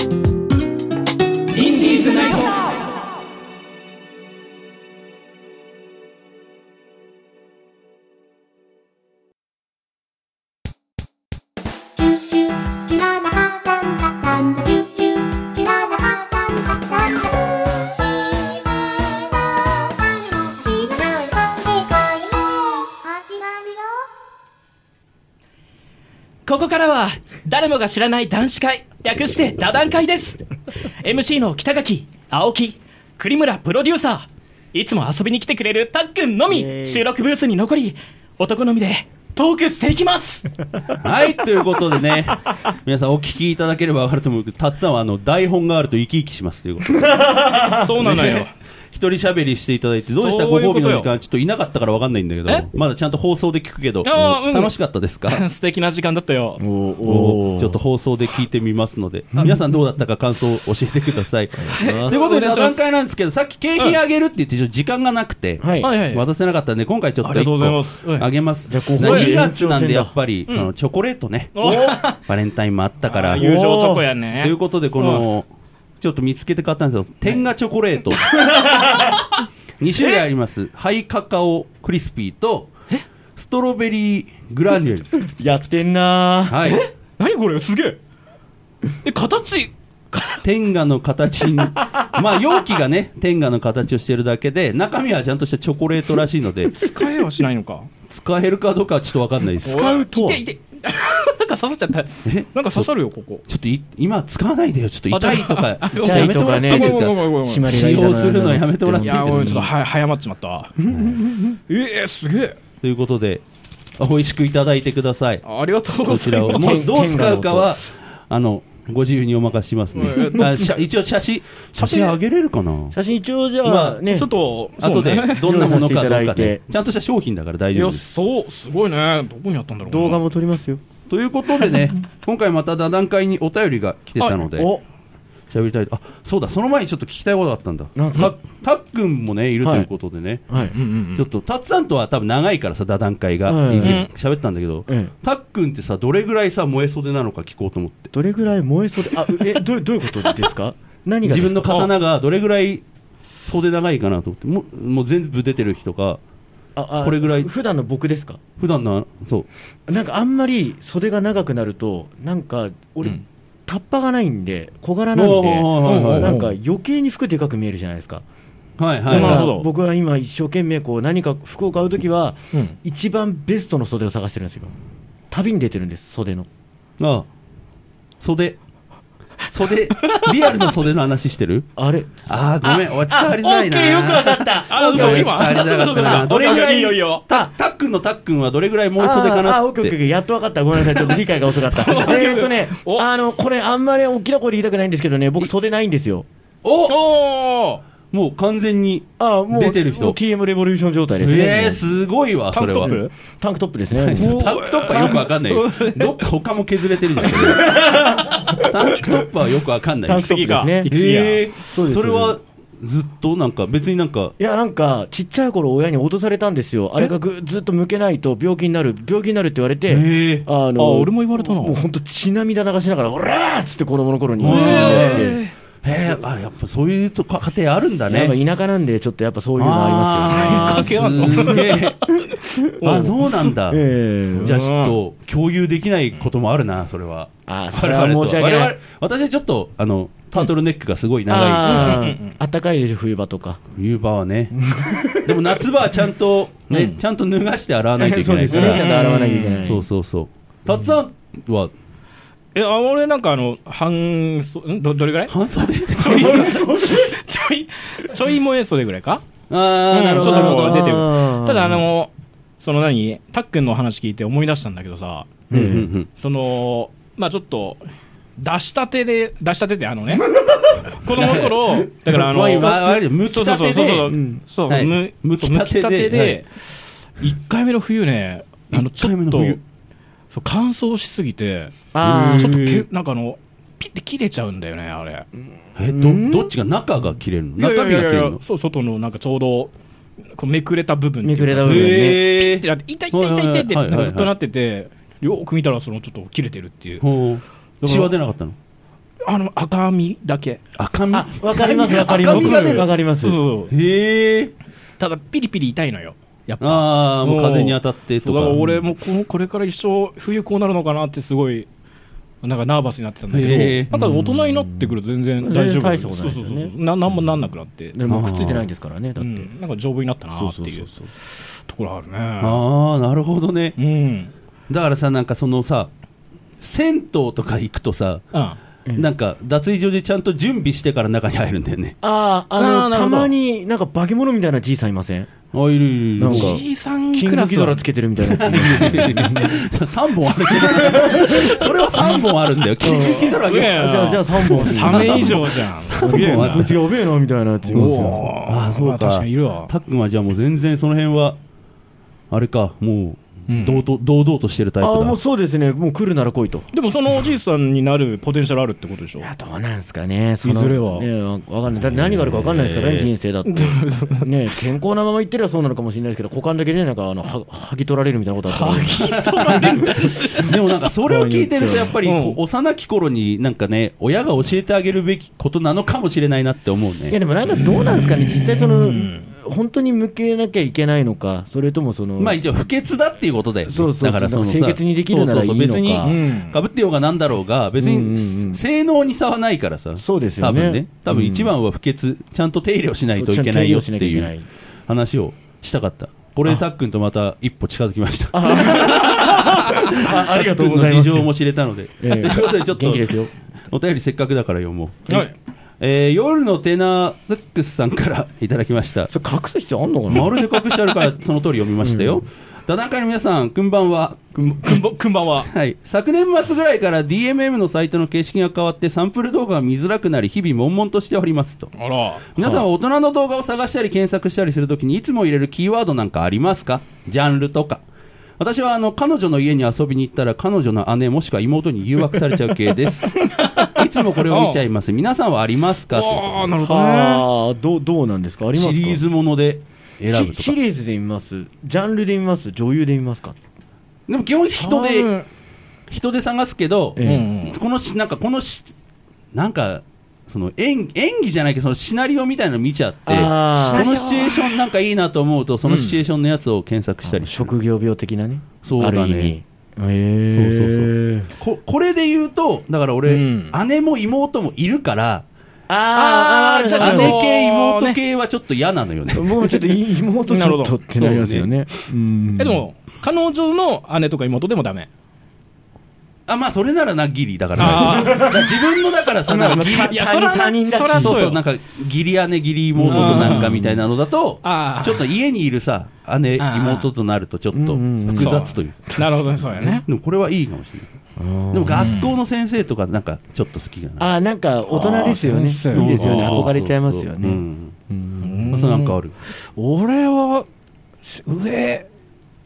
[SPEAKER 2] インディーズナイト
[SPEAKER 7] チューチュララハタンタタンタチューチューチュララハタンタタンタ星空は星の世界の始まるよ
[SPEAKER 6] ここからは誰もが知らない男子会略して打談会です MC の北垣青木栗村プロデューサーいつも遊びに来てくれるたっくんのみ収録ブースに残り男のみでトークしていき
[SPEAKER 2] *laughs*
[SPEAKER 6] ます
[SPEAKER 2] はい、ということで
[SPEAKER 3] *laughs*
[SPEAKER 2] ね、皆さんお聞きいただければわかると思うけど、たっつぁんはあの台本があると生き生きしますということで、
[SPEAKER 5] そうなのよ。
[SPEAKER 2] 一人喋りしていただいて、どうでした
[SPEAKER 5] そういう
[SPEAKER 2] ご
[SPEAKER 5] こ
[SPEAKER 2] 褒美
[SPEAKER 5] と
[SPEAKER 2] の
[SPEAKER 5] よ
[SPEAKER 2] 時間、ちょっといなかったからわかんないんだけ
[SPEAKER 5] え
[SPEAKER 2] ど、まだちゃんと放送で聞くけど、
[SPEAKER 5] あー
[SPEAKER 2] う
[SPEAKER 5] う
[SPEAKER 2] ん
[SPEAKER 5] ん
[SPEAKER 2] 楽しかったですか
[SPEAKER 5] 素敵な時間だったよ。
[SPEAKER 2] おちょっと放送で聞いてみますので、皆さんどうだったか感想を教えてください。ということで、
[SPEAKER 5] お願いします
[SPEAKER 2] 段階なんですけど、さっき景品あげるって言って、ちょっと時間がなくて、
[SPEAKER 8] はい。
[SPEAKER 5] はいはい。
[SPEAKER 2] 渡せなかったんで、今回ちょっ
[SPEAKER 5] あ
[SPEAKER 2] と
[SPEAKER 5] り
[SPEAKER 2] 一
[SPEAKER 5] がとうございま
[SPEAKER 2] 個
[SPEAKER 5] すはい
[SPEAKER 2] あげます。
[SPEAKER 8] じゃあここ
[SPEAKER 2] 2
[SPEAKER 8] で
[SPEAKER 2] 月なんで、
[SPEAKER 8] 延長戦だ
[SPEAKER 2] やっぱり、そのチョコレートね、
[SPEAKER 5] お
[SPEAKER 2] *laughs* バレンタインもあったから、
[SPEAKER 5] 友情チョコやね。
[SPEAKER 2] ということでこの、ちょっと見つけて買ったんですよ天下チョコレー
[SPEAKER 5] *laughs*
[SPEAKER 2] ト、2種類ありますハイカカオクリスピーとストロベリーグラニュールです
[SPEAKER 8] やってんな
[SPEAKER 2] はい
[SPEAKER 5] 何これすげええ形
[SPEAKER 2] 天下の形に *laughs* まあ容器がね天下の形をしてるだけで中身はちゃんとしたチョコレートらしいので
[SPEAKER 5] 使えはしないのか
[SPEAKER 2] 使えるかどうかはちょっ *laughs* とわかんないです
[SPEAKER 8] 使うとは
[SPEAKER 5] 痛い痛い
[SPEAKER 6] *laughs*
[SPEAKER 5] なんか刺さっちゃった
[SPEAKER 2] え
[SPEAKER 5] なんか刺さるよここ
[SPEAKER 2] ちょっとい今使わないでよちょっと痛いとか
[SPEAKER 5] あ
[SPEAKER 2] ちょっとやめてもらっていいです
[SPEAKER 5] ごめん
[SPEAKER 2] か
[SPEAKER 5] ごめんごめんごめん
[SPEAKER 8] 締まりがいら
[SPEAKER 2] 使用するのやめてもらっ
[SPEAKER 5] い
[SPEAKER 2] ていい
[SPEAKER 5] や俺
[SPEAKER 2] で
[SPEAKER 5] ち
[SPEAKER 2] す
[SPEAKER 5] ょっと
[SPEAKER 2] か
[SPEAKER 5] は早まっちまったわえー、すげえ
[SPEAKER 2] ということであ美味しくいただいてください
[SPEAKER 5] ありがとうご
[SPEAKER 2] こち
[SPEAKER 5] ざい
[SPEAKER 2] らを
[SPEAKER 5] ます
[SPEAKER 2] もうどう使うかはあのご自由にお任せしますね
[SPEAKER 5] えー。
[SPEAKER 2] あ写一応写真写真あげれるかな。
[SPEAKER 8] 写真一応じゃ
[SPEAKER 2] ま
[SPEAKER 8] あ
[SPEAKER 2] あ
[SPEAKER 8] ね、
[SPEAKER 5] ちょっと
[SPEAKER 2] 後で
[SPEAKER 5] そうね
[SPEAKER 2] どんなものかどうか
[SPEAKER 8] 用意させていただい
[SPEAKER 2] ね
[SPEAKER 8] て。
[SPEAKER 2] ちゃんとした商品だから大
[SPEAKER 5] い
[SPEAKER 2] 丈夫
[SPEAKER 5] や
[SPEAKER 2] です。
[SPEAKER 5] そうすごいねどこにあったんだろうな
[SPEAKER 8] 動画も撮りますよ。
[SPEAKER 2] ということでね、今回また座談会にお便りが来てたので
[SPEAKER 8] お
[SPEAKER 2] 喋りたい。あそうだその前にちょっと聞きたいことがあったんだ。
[SPEAKER 8] なんですか
[SPEAKER 2] たたっくんもねいるということでね。
[SPEAKER 8] はい。
[SPEAKER 5] うんうん
[SPEAKER 2] ちょっとたっさんとは多分長いからさ座談会が
[SPEAKER 8] うん
[SPEAKER 2] 喋ったんだけど、
[SPEAKER 8] うん
[SPEAKER 2] たっくんってさどれぐらいさ燃え袖なのか聞こうと思って
[SPEAKER 8] どれぐらい燃えそうで、あ、え、どうどういうことで
[SPEAKER 2] *laughs*
[SPEAKER 8] すか何が
[SPEAKER 2] 自分の
[SPEAKER 8] ですか
[SPEAKER 2] 刀がどれぐらい袖長いかなと思ってもうもう全部出てる人が
[SPEAKER 8] ああ
[SPEAKER 2] これぐらい
[SPEAKER 8] 普段の僕ですか
[SPEAKER 2] 普段のそう
[SPEAKER 8] なんかあんまり袖が長くなるとなんか俺、
[SPEAKER 5] うん
[SPEAKER 8] タッパがないんで小柄なん
[SPEAKER 2] おー
[SPEAKER 8] で
[SPEAKER 2] はい
[SPEAKER 8] な
[SPEAKER 2] は
[SPEAKER 8] んか余計に服でかく見えるじゃないですか
[SPEAKER 2] いは
[SPEAKER 8] だ
[SPEAKER 2] い
[SPEAKER 8] か
[SPEAKER 5] なる
[SPEAKER 8] ら
[SPEAKER 5] ほ
[SPEAKER 2] は
[SPEAKER 5] ど
[SPEAKER 8] 僕は今一生懸命こう何か服を買う時は
[SPEAKER 5] うん
[SPEAKER 8] 一番ベストの袖を探してるんですよ旅に出てるんです袖の
[SPEAKER 2] いあ袖袖、リアルの袖の話してる
[SPEAKER 8] あれ
[SPEAKER 2] ああ、ごめん、俺伝わりづ
[SPEAKER 9] あ、オ
[SPEAKER 2] らい
[SPEAKER 9] ッケ
[SPEAKER 2] な。
[SPEAKER 9] ー、よくわかった。
[SPEAKER 5] あ、
[SPEAKER 9] オッケー
[SPEAKER 5] 嘘、
[SPEAKER 2] 伝
[SPEAKER 5] 今。
[SPEAKER 2] わりづらかったな。ど
[SPEAKER 5] どれ
[SPEAKER 2] れぐ
[SPEAKER 5] ぐ
[SPEAKER 2] ら
[SPEAKER 5] らい
[SPEAKER 2] い
[SPEAKER 5] いよいいよ。
[SPEAKER 2] たたっくんのたっくんはどれぐらいもう袖か
[SPEAKER 8] あーあー
[SPEAKER 2] な
[SPEAKER 8] オ
[SPEAKER 2] っ
[SPEAKER 8] ッケーオッ
[SPEAKER 2] て。
[SPEAKER 8] ケーオッケーやっとわかったごめんなさいちょっと理解が遅かったえーっとね
[SPEAKER 5] お
[SPEAKER 8] あのこれあんまり大きな声で言いたくないんですけどね僕袖ないんですよ
[SPEAKER 2] お
[SPEAKER 5] おー
[SPEAKER 2] もう完全に。
[SPEAKER 8] あーもう
[SPEAKER 2] 出てる人
[SPEAKER 8] もう TM レボリューション状態ですね、
[SPEAKER 2] えー、すごいわ、
[SPEAKER 5] タ
[SPEAKER 2] そ
[SPEAKER 5] ンク
[SPEAKER 2] れ
[SPEAKER 5] ト
[SPEAKER 2] は
[SPEAKER 5] ッ。プ
[SPEAKER 8] タンクトップですね
[SPEAKER 2] そうタンクトップはよくわかんないよ。どっか他も削れてるんだけど。タンクトップはよくわかんない
[SPEAKER 8] タ
[SPEAKER 2] よ
[SPEAKER 8] ン。クトップですね
[SPEAKER 5] 行き過ぎや
[SPEAKER 2] ええ
[SPEAKER 8] そうです
[SPEAKER 2] それはずっとなんか別になんか
[SPEAKER 8] いやなんかちっちゃい頃親に脅されたんですよあれがぐずっと向けないと病気になる病気になるって言われて、
[SPEAKER 2] へえ
[SPEAKER 8] あの
[SPEAKER 5] あ俺も言われたな
[SPEAKER 8] もう本当血涙流しながら「おら!」っつって子供の頃に言われて、
[SPEAKER 2] へえあやっぱそういうとか家庭あるんだね
[SPEAKER 8] やっぱ田舎なんでちょっとやっぱそういうのありますよね
[SPEAKER 2] あー
[SPEAKER 5] 家庭あんの
[SPEAKER 2] すげえあそうなんだ
[SPEAKER 8] ええ
[SPEAKER 2] じゃあちょっと共有できないこともあるなそれは
[SPEAKER 8] あーそ
[SPEAKER 2] 我
[SPEAKER 8] れは
[SPEAKER 2] 々と
[SPEAKER 8] 申し訳ない
[SPEAKER 2] 我々私はちょっとあのタートルネックがすごい長い
[SPEAKER 8] あーあったかいでしょ冬場とか
[SPEAKER 2] 冬場はねでも夏場はちゃんとね、ちゃんと脱がして洗わないといけないか
[SPEAKER 8] そうですねちゃんと
[SPEAKER 2] ら
[SPEAKER 8] 洗わなきゃいけない
[SPEAKER 2] そうそうそうたっつぁんは
[SPEAKER 5] え、あ俺なんかあの、半袖、んど、どれぐらい
[SPEAKER 2] 半
[SPEAKER 8] *laughs*
[SPEAKER 2] 袖
[SPEAKER 5] ちょい、 *laughs* ちょい、ちょい萌え袖ぐらいかう
[SPEAKER 2] ああ
[SPEAKER 5] ん
[SPEAKER 2] なるほど
[SPEAKER 5] ちょっと
[SPEAKER 2] なる
[SPEAKER 5] こ
[SPEAKER 2] ほ
[SPEAKER 5] う
[SPEAKER 2] ど
[SPEAKER 5] 出てる
[SPEAKER 8] あー
[SPEAKER 5] ただあの、その何、たっくんの話聞いて思い出したんだけどさ、
[SPEAKER 2] うんうんうん
[SPEAKER 5] その、まあちょっと、出したてで、出したてってあ
[SPEAKER 2] *laughs*
[SPEAKER 5] のね、子供の頃、だからあの、
[SPEAKER 2] ワインわわわむ
[SPEAKER 5] そ
[SPEAKER 2] き
[SPEAKER 5] うそう
[SPEAKER 2] た
[SPEAKER 5] そう
[SPEAKER 2] て
[SPEAKER 5] そうそ
[SPEAKER 2] で
[SPEAKER 5] う
[SPEAKER 8] うん
[SPEAKER 5] そう、
[SPEAKER 2] はい
[SPEAKER 5] む
[SPEAKER 2] むきたてで
[SPEAKER 5] そうむきで一回目の冬ね、あの
[SPEAKER 2] 一
[SPEAKER 5] ち
[SPEAKER 2] 回
[SPEAKER 5] ょ
[SPEAKER 2] 目
[SPEAKER 5] っ
[SPEAKER 2] の
[SPEAKER 5] と
[SPEAKER 2] 冬
[SPEAKER 5] そう乾燥しすぎて、
[SPEAKER 8] あ
[SPEAKER 5] ちょっと
[SPEAKER 8] ー
[SPEAKER 5] けなんかあのピッて切れちゃうんだよねあれ。
[SPEAKER 2] えどどっちが中が切れるの中身が切れるの
[SPEAKER 5] そう外のなんかちょうどこうめくれた部分っていうか
[SPEAKER 8] めくれた部分
[SPEAKER 2] へ
[SPEAKER 5] ピッて
[SPEAKER 2] え
[SPEAKER 5] なって痛い痛い痛い痛いって
[SPEAKER 2] はいはいはいはい
[SPEAKER 5] なんかずっとなってて。よく見たらそのちょっと切れてるっていう
[SPEAKER 2] ほう血は出なかったの
[SPEAKER 5] あの赤みだけ
[SPEAKER 2] 赤身
[SPEAKER 8] あわかりますわかりま
[SPEAKER 2] 赤
[SPEAKER 8] す
[SPEAKER 2] 身が出る
[SPEAKER 8] わかります
[SPEAKER 5] そうそうそう
[SPEAKER 2] へえ
[SPEAKER 5] ただピリピリ痛いのよやっぱ
[SPEAKER 2] ああもう風に当たって
[SPEAKER 5] そ
[SPEAKER 2] と
[SPEAKER 5] うだ
[SPEAKER 2] か
[SPEAKER 5] から俺もこのこれから一生冬こうなるのかなってすごいなんかナーバスになってたんだ
[SPEAKER 2] へ
[SPEAKER 5] け
[SPEAKER 2] え
[SPEAKER 5] どなんか大人になってくると全然大丈夫
[SPEAKER 8] 全然大したことないで
[SPEAKER 5] そ
[SPEAKER 8] す
[SPEAKER 5] う
[SPEAKER 8] よ
[SPEAKER 5] そう
[SPEAKER 8] ね
[SPEAKER 5] そうななんもなんなくなって、
[SPEAKER 8] でもくっついてないんですからねだ
[SPEAKER 5] う
[SPEAKER 8] って、
[SPEAKER 5] ん、なんか丈夫になったなーっていう
[SPEAKER 8] そう
[SPEAKER 5] ところあるね
[SPEAKER 2] ああなるほどね
[SPEAKER 5] うん
[SPEAKER 2] だからさなんかそのさ銭湯とか行くとさ
[SPEAKER 5] あ
[SPEAKER 8] うん
[SPEAKER 2] なんか脱衣所でちゃんと準備してから中に入るんだよね
[SPEAKER 8] あーあ
[SPEAKER 5] あー
[SPEAKER 8] の
[SPEAKER 5] なる
[SPEAKER 8] た
[SPEAKER 5] ほど
[SPEAKER 8] まになんか化け物みたいなじいさんいません
[SPEAKER 2] あいるいるい
[SPEAKER 8] なん
[SPEAKER 2] る
[SPEAKER 8] か
[SPEAKER 5] じいさん
[SPEAKER 8] キン
[SPEAKER 5] ク
[SPEAKER 8] グ
[SPEAKER 5] ラ
[SPEAKER 8] ギ
[SPEAKER 5] ス
[SPEAKER 8] ド
[SPEAKER 5] は
[SPEAKER 8] ラつけてるみたい
[SPEAKER 5] *laughs*
[SPEAKER 8] なやつ
[SPEAKER 2] *laughs* 3本あるけどそれは3本あるんだよキングギドラ
[SPEAKER 5] すげえ
[SPEAKER 2] よ
[SPEAKER 5] な
[SPEAKER 8] じゃあじゃあ3本
[SPEAKER 5] サメ
[SPEAKER 8] *laughs*
[SPEAKER 5] 以上じゃんすげえ
[SPEAKER 2] 三本
[SPEAKER 5] な
[SPEAKER 8] こっちがおべえなみたいなやついますよ
[SPEAKER 5] おー
[SPEAKER 2] ああそうか
[SPEAKER 5] ま確かにいるわ
[SPEAKER 2] たっくんはじゃあもう全然その辺はあれかもう、
[SPEAKER 5] うん
[SPEAKER 2] 堂々堂々としてるタイプだ
[SPEAKER 8] ああもうそうですねもう来るなら来いと
[SPEAKER 5] でもそのおじいさんになるポテンシャルあるってことでしょ
[SPEAKER 8] いや、どうなんですかね、そ
[SPEAKER 5] いずれは
[SPEAKER 8] ねわわかんない、だって何があるかわかんないですからね、人生
[SPEAKER 5] *laughs*
[SPEAKER 8] だって。ね健康なままいってりゃそうなのかもしれないですけど、股間だけでなんか、あの、は、剥ぎ取られるみたいなことあったら。
[SPEAKER 2] でもなんかそれを聞いてるとやっぱりこう幼き頃になんかね親が教えてあげるべきことなのかもしれないなって思う
[SPEAKER 8] いや、
[SPEAKER 2] ね
[SPEAKER 8] でもなんかどうなんですかね、実際その、本当に向けなきゃいけないのか、それともその、
[SPEAKER 2] まあ一応不潔だっていうことだよね
[SPEAKER 8] そうそうそ
[SPEAKER 2] だ
[SPEAKER 8] う
[SPEAKER 2] からそのさ
[SPEAKER 8] 清潔にできるならいいの
[SPEAKER 2] そう
[SPEAKER 8] か
[SPEAKER 2] そうそう別
[SPEAKER 5] うん
[SPEAKER 2] にかぶってようがなんだろうが別
[SPEAKER 8] うんうんうん
[SPEAKER 2] に性能に差はないからさ
[SPEAKER 8] そうですよね
[SPEAKER 2] 多分ね多分
[SPEAKER 8] うん
[SPEAKER 2] 一番は不潔ちゃんと手入れをしないといけないよっていう話をしたかったこれでたっくんとまた一歩近づきました
[SPEAKER 8] あありがとうご
[SPEAKER 2] の
[SPEAKER 8] ざ
[SPEAKER 2] *laughs* 事
[SPEAKER 8] います。
[SPEAKER 2] 情も知れたので。と
[SPEAKER 8] え
[SPEAKER 2] い
[SPEAKER 8] え
[SPEAKER 2] うことで、ちょっと
[SPEAKER 8] 元気ですよ
[SPEAKER 2] お便りせっかくだから読もう。
[SPEAKER 5] はい
[SPEAKER 2] えー夜のテナーックスさんからいただきました。
[SPEAKER 8] *laughs* それ隠す必要あんのかな
[SPEAKER 2] まるで隠してあるから、その通り読みましたよ。田中の皆さん、こんばんは。
[SPEAKER 5] くんくんぼくんばんは
[SPEAKER 2] はい、昨年末ぐらいから DMM のサイトの形式が変わってサンプル動画が見づらくなり日々悶々としておりますと
[SPEAKER 5] あら
[SPEAKER 2] 皆さんは大人の動画を探したり検索したりするときにいつも入れるキーワードなんかありますかジャンルとか私はあの彼女の家に遊びに行ったら彼女の姉もしくは妹に誘惑されちゃう系ですいつもこれを見ちゃいます皆さんはありますか
[SPEAKER 5] ああなるほどね
[SPEAKER 8] はあ、どう、どうなんですかあります
[SPEAKER 2] シ
[SPEAKER 8] か
[SPEAKER 2] リーズもので選ぶ
[SPEAKER 8] し
[SPEAKER 2] と
[SPEAKER 8] シ
[SPEAKER 2] か
[SPEAKER 8] リーズで見ますジャンルで見ます女優で見ますか
[SPEAKER 2] でも基本人で人で探すけど、
[SPEAKER 8] ええ
[SPEAKER 5] うん
[SPEAKER 2] このしなんかこのしなんかその演演技じゃないけどそのシナリオみたいなの見ちゃって
[SPEAKER 8] あー
[SPEAKER 2] このシチュエーションなんかいいなと思うとそのシチュエーションのやつを検索したりする、
[SPEAKER 8] 職業病的なね
[SPEAKER 2] そうだね
[SPEAKER 8] ある意味へえ
[SPEAKER 2] そうそうここれで言うとだから俺、
[SPEAKER 5] うん
[SPEAKER 2] 姉も妹もいるから
[SPEAKER 8] あーあ
[SPEAKER 5] あー
[SPEAKER 8] じ
[SPEAKER 5] じ
[SPEAKER 8] ゃ
[SPEAKER 5] ゃ
[SPEAKER 8] あ
[SPEAKER 5] あ
[SPEAKER 8] ち
[SPEAKER 5] ちょ
[SPEAKER 8] ょ
[SPEAKER 5] っ
[SPEAKER 8] っと
[SPEAKER 5] と
[SPEAKER 2] 姉系妹系はちょっと嫌なのよね
[SPEAKER 8] もうちょっとい妹ちょっとってなりますよねうん
[SPEAKER 5] えでも彼女の姉とか妹でもダメ
[SPEAKER 2] あまあそれならなギリだから
[SPEAKER 5] あー
[SPEAKER 2] だから自分のだからそのギリ
[SPEAKER 5] いやそらな
[SPEAKER 8] 他人だし
[SPEAKER 5] そら
[SPEAKER 2] そう
[SPEAKER 5] そう
[SPEAKER 2] そう
[SPEAKER 5] よ
[SPEAKER 2] なんか義理姉義理妹となんかみたいなのだと
[SPEAKER 5] あー
[SPEAKER 2] ちょっと家にいるさ姉
[SPEAKER 5] あー
[SPEAKER 2] 妹となるとちょっと
[SPEAKER 8] うんうん
[SPEAKER 2] 複雑という
[SPEAKER 5] なるほどねそうやね
[SPEAKER 2] でもこれはいいかもしれないでも学校の先生とかなんかちょっと好きじゃない
[SPEAKER 8] あーなんか大人ですよねいいです
[SPEAKER 5] あー
[SPEAKER 8] よね
[SPEAKER 2] そうそうそう
[SPEAKER 8] 憧れちゃいますよ
[SPEAKER 2] う
[SPEAKER 8] ね
[SPEAKER 2] んまあそれなんかある
[SPEAKER 5] 俺は上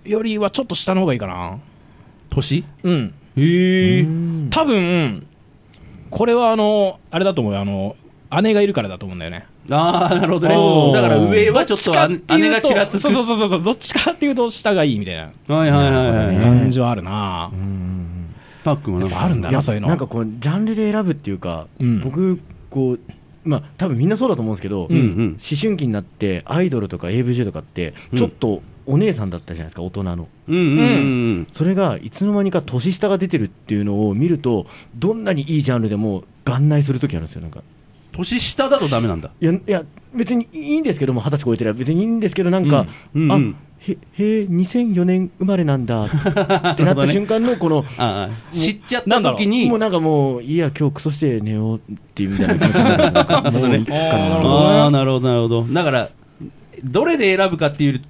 [SPEAKER 5] よりはちょっと下の方がいいかな
[SPEAKER 2] 年
[SPEAKER 5] うん
[SPEAKER 2] へえ
[SPEAKER 5] 多分これはあのあれだと思うよあの姉がいるからだと思うんだよね
[SPEAKER 2] ああなるほど
[SPEAKER 8] お
[SPEAKER 2] ね
[SPEAKER 8] ー
[SPEAKER 2] だから上はちょっ
[SPEAKER 5] どっちかっていうと
[SPEAKER 2] と姉がちらつく
[SPEAKER 5] そうそうそうそうどっちかっていうと下がいいみたいな
[SPEAKER 2] はいはいはいはい
[SPEAKER 5] 感じはあるな
[SPEAKER 2] パックンはなんか
[SPEAKER 5] あるんだ
[SPEAKER 8] い
[SPEAKER 5] な
[SPEAKER 8] や
[SPEAKER 5] そういうの
[SPEAKER 8] なんかこうジャンルで選ぶっていうか
[SPEAKER 5] うん
[SPEAKER 8] 僕こうまあ多分みんなそうだと思うんですけど
[SPEAKER 2] うんう
[SPEAKER 8] 思
[SPEAKER 2] ん
[SPEAKER 8] 春期になってアイドルとか AVG とかって
[SPEAKER 2] うん
[SPEAKER 8] ちょっとお姉さんだったじゃないですか大人の
[SPEAKER 2] うんうんうん
[SPEAKER 8] それがいつの間にか年下が出てるっていうのを見るとどんなにいいジャンルでも眼内する時あるんですよなんか
[SPEAKER 2] 年下だとダメなんだ
[SPEAKER 8] いやいや別にいいんですけども二十歳超えてれば別にいいんですけどなんか、
[SPEAKER 2] うんうんうん
[SPEAKER 8] あへへえ2004年生まれなんだ
[SPEAKER 2] *laughs*
[SPEAKER 8] ってなった瞬間のこの
[SPEAKER 2] ああ知っちゃっ
[SPEAKER 5] な
[SPEAKER 2] た
[SPEAKER 5] んだろう
[SPEAKER 2] 時に
[SPEAKER 8] もうなんかもういいや今日クソして寝ようっていうみたいな気持ちになるなんかもういいか
[SPEAKER 5] あーなるほど
[SPEAKER 2] あ
[SPEAKER 8] な
[SPEAKER 2] あなるほどなるほどだからどれで選ぶかっていう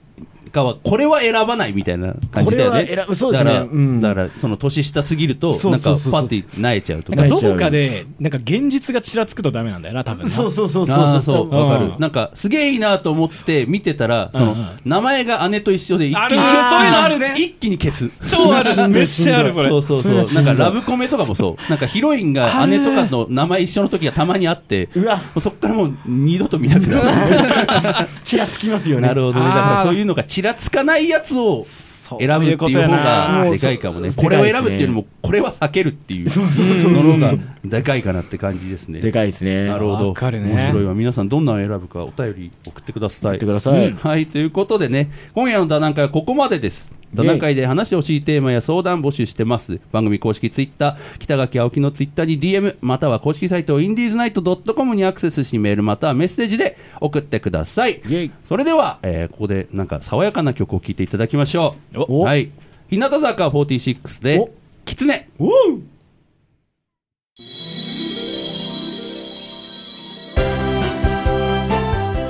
[SPEAKER 2] かはこれは選ばないみたいな感じだよね
[SPEAKER 8] これは選ぶそうですね
[SPEAKER 2] だから,、
[SPEAKER 8] うん
[SPEAKER 2] だからその年下すぎると
[SPEAKER 8] そう
[SPEAKER 2] なんか
[SPEAKER 8] そうそうそう
[SPEAKER 2] パッて萎えちゃうと
[SPEAKER 5] な
[SPEAKER 2] か
[SPEAKER 5] んかどこかでなんか現実がちらつくとダメなんだよな多分な
[SPEAKER 8] そうそうそう
[SPEAKER 2] あ
[SPEAKER 8] そ
[SPEAKER 2] あ
[SPEAKER 8] う
[SPEAKER 2] そ
[SPEAKER 5] う
[SPEAKER 2] う
[SPEAKER 5] ん
[SPEAKER 2] わかるなんかすげえいいなと思って見てたらその、
[SPEAKER 5] うんうん
[SPEAKER 2] 名前が姉と一緒で一気
[SPEAKER 5] あ
[SPEAKER 2] に
[SPEAKER 5] るあるそういうのあるね
[SPEAKER 2] 一気に消す
[SPEAKER 5] 超あ
[SPEAKER 2] *laughs*
[SPEAKER 5] るめっちゃあるそれ
[SPEAKER 2] そうそうそうなんかラブコメとかもそうなんかヒロインが姉とかの名前一緒の時がたまにあって
[SPEAKER 8] うわ
[SPEAKER 2] もうそっからもう二度と見なくなる
[SPEAKER 8] ちらつきますよね
[SPEAKER 2] なるほどね。だからそういうのがちらつかないやつを選ぶっていう方がでかいかもね。
[SPEAKER 8] そう
[SPEAKER 2] これを選ぶっていうよりも、これは避けるっていうののがでかいかなって感じですね。
[SPEAKER 8] でかいですね
[SPEAKER 2] なるほど。
[SPEAKER 5] わかるね
[SPEAKER 2] 面白いわ。皆さんどんなのを選ぶかお便り送ってください。
[SPEAKER 8] 送ってください
[SPEAKER 2] うんはい、ということでね、今夜の座談会はここまでです。座談会で話してほしいテーマや相談募集してます。番組公式ツイッター、北垣青木のツイッターに DM、または公式サイト indiesnight.com にアクセスし、メールまたはメッセージで送ってください。
[SPEAKER 8] イェイ
[SPEAKER 2] それでは、えーここでなんか爽やかな曲を聴いていただきましょう。
[SPEAKER 8] お
[SPEAKER 2] はい。日向坂46で
[SPEAKER 8] お、
[SPEAKER 2] キツネ。
[SPEAKER 8] おう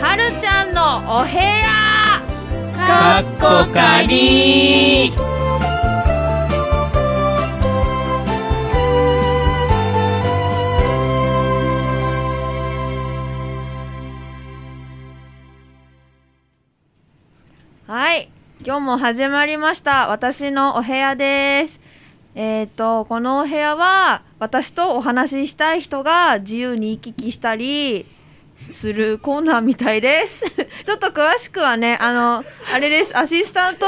[SPEAKER 4] はるちゃんのお部屋
[SPEAKER 2] かっこかり
[SPEAKER 4] はい今日も始まりました私のお部屋ですえっ、とこのお部屋は私とお話ししたい人が自由に行き来したりするコーナーみたいです *laughs* ちょっと詳しくはねあのあれですアシスタント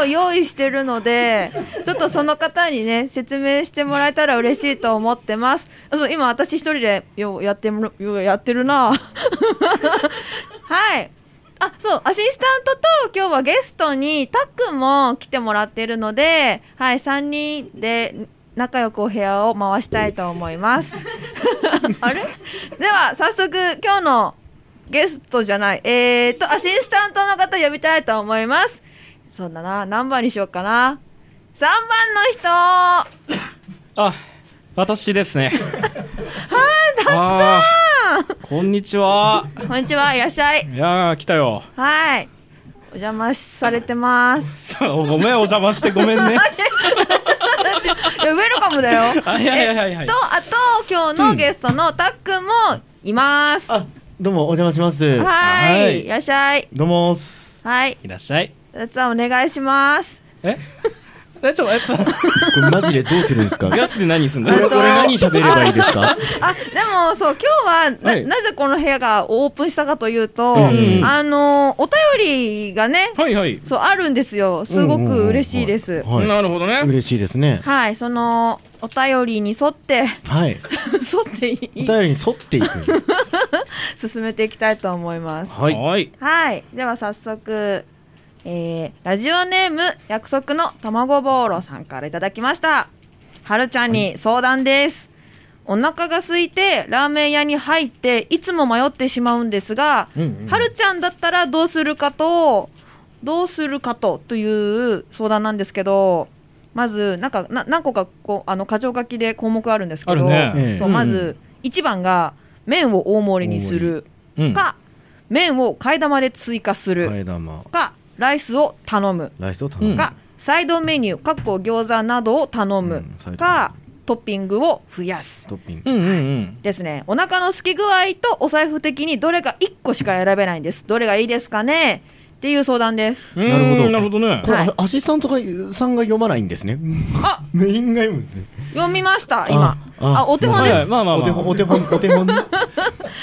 [SPEAKER 4] を用意してるのでちょっとその方にね説明してもらえたら嬉しいと思ってますあそう今私一人でようやってもようやってるな *laughs* はいあそうアシスタントと今日はゲストにたっくんも来てもらってるので、はい、3人で仲良くお部屋を回したいと思います
[SPEAKER 5] *laughs*
[SPEAKER 4] あれでは早速今日のゲストじゃないえー、とアシスタントの方呼びたいと思いますそうだな何番にしようかな3番の人
[SPEAKER 5] あ私ですねああーこんにちは
[SPEAKER 4] こんにちはいらっしゃい
[SPEAKER 5] いやー来たよ
[SPEAKER 4] はいお邪魔されてます
[SPEAKER 5] *laughs* さあごめんお邪魔してごめん
[SPEAKER 4] *laughs*
[SPEAKER 5] ね
[SPEAKER 4] いやウェルカムだよ
[SPEAKER 5] あいやいやいやいや
[SPEAKER 4] とあと今日のゲストのたっくんもいます。は
[SPEAKER 8] あどうもお邪魔します
[SPEAKER 4] ーい、
[SPEAKER 5] はい
[SPEAKER 4] い、らっしゃい。
[SPEAKER 8] どうもーす
[SPEAKER 4] はい、
[SPEAKER 5] いらっしゃい
[SPEAKER 4] じゃあお願いします。
[SPEAKER 5] え *laughs* えちょえっと *laughs*
[SPEAKER 8] これマジでどうするんですか
[SPEAKER 5] ガチで何すんだ
[SPEAKER 8] 俺俺 *laughs* 何喋ればいいです *laughs* か
[SPEAKER 4] あ、でもそう今日はな,、
[SPEAKER 5] はい
[SPEAKER 4] ぜこの部屋がオープンしたかというと、
[SPEAKER 8] うん
[SPEAKER 4] あのお便りがね、
[SPEAKER 5] はいはい、
[SPEAKER 4] そうあるんですよ。すごく嬉しいです。
[SPEAKER 8] はい
[SPEAKER 5] なるほどね
[SPEAKER 8] 嬉しいですね
[SPEAKER 4] はい、そのお便りに沿って *laughs*
[SPEAKER 8] はい
[SPEAKER 4] 沿ってい
[SPEAKER 8] お
[SPEAKER 4] い
[SPEAKER 8] 便りに沿っていく
[SPEAKER 4] 進めていきたいと思います。
[SPEAKER 8] はい
[SPEAKER 5] はい
[SPEAKER 4] はい、では早速、えーラジオネーム約束の卵ボーロさんからいただきました。はるちゃんに相談です。お腹が空いてラーメン屋に入っていつも迷ってしまうんですが、はるちゃんだったらどうするかとどうするかとという相談なんですけど、まずなんかな何個かこうあの箇条書きで項目あるんですけど、
[SPEAKER 5] ある
[SPEAKER 8] ね
[SPEAKER 4] そう
[SPEAKER 8] ええ
[SPEAKER 4] まず1番が麺を大盛りにする
[SPEAKER 5] うん
[SPEAKER 4] か、麺を替え玉で追加する
[SPEAKER 8] 替え玉
[SPEAKER 4] かライスを頼む
[SPEAKER 8] ライスを頼む、
[SPEAKER 5] うん
[SPEAKER 4] か、サイドメニューかっこ餃子などを頼む
[SPEAKER 8] うんサイド
[SPEAKER 4] か、トッピングを増やす
[SPEAKER 8] トッピング
[SPEAKER 5] うんうんうん
[SPEAKER 4] ですねお腹の空き具合とお財布的にどれか1個しか選べないんですどれがいいですかねっていう相談です
[SPEAKER 5] うーん
[SPEAKER 8] なるほど
[SPEAKER 5] なるほどね
[SPEAKER 8] これ、
[SPEAKER 4] はい
[SPEAKER 8] アシスタントがさんが読まないんですね
[SPEAKER 4] あ
[SPEAKER 8] メインが読むんですね
[SPEAKER 4] 読みました今
[SPEAKER 8] あ
[SPEAKER 4] あ
[SPEAKER 8] あ
[SPEAKER 4] お手本
[SPEAKER 5] はい
[SPEAKER 4] で
[SPEAKER 5] はい
[SPEAKER 4] す
[SPEAKER 5] まあまあ
[SPEAKER 8] お手
[SPEAKER 5] ま
[SPEAKER 8] 本
[SPEAKER 5] あ
[SPEAKER 8] お手
[SPEAKER 4] *laughs*
[SPEAKER 8] 本お手本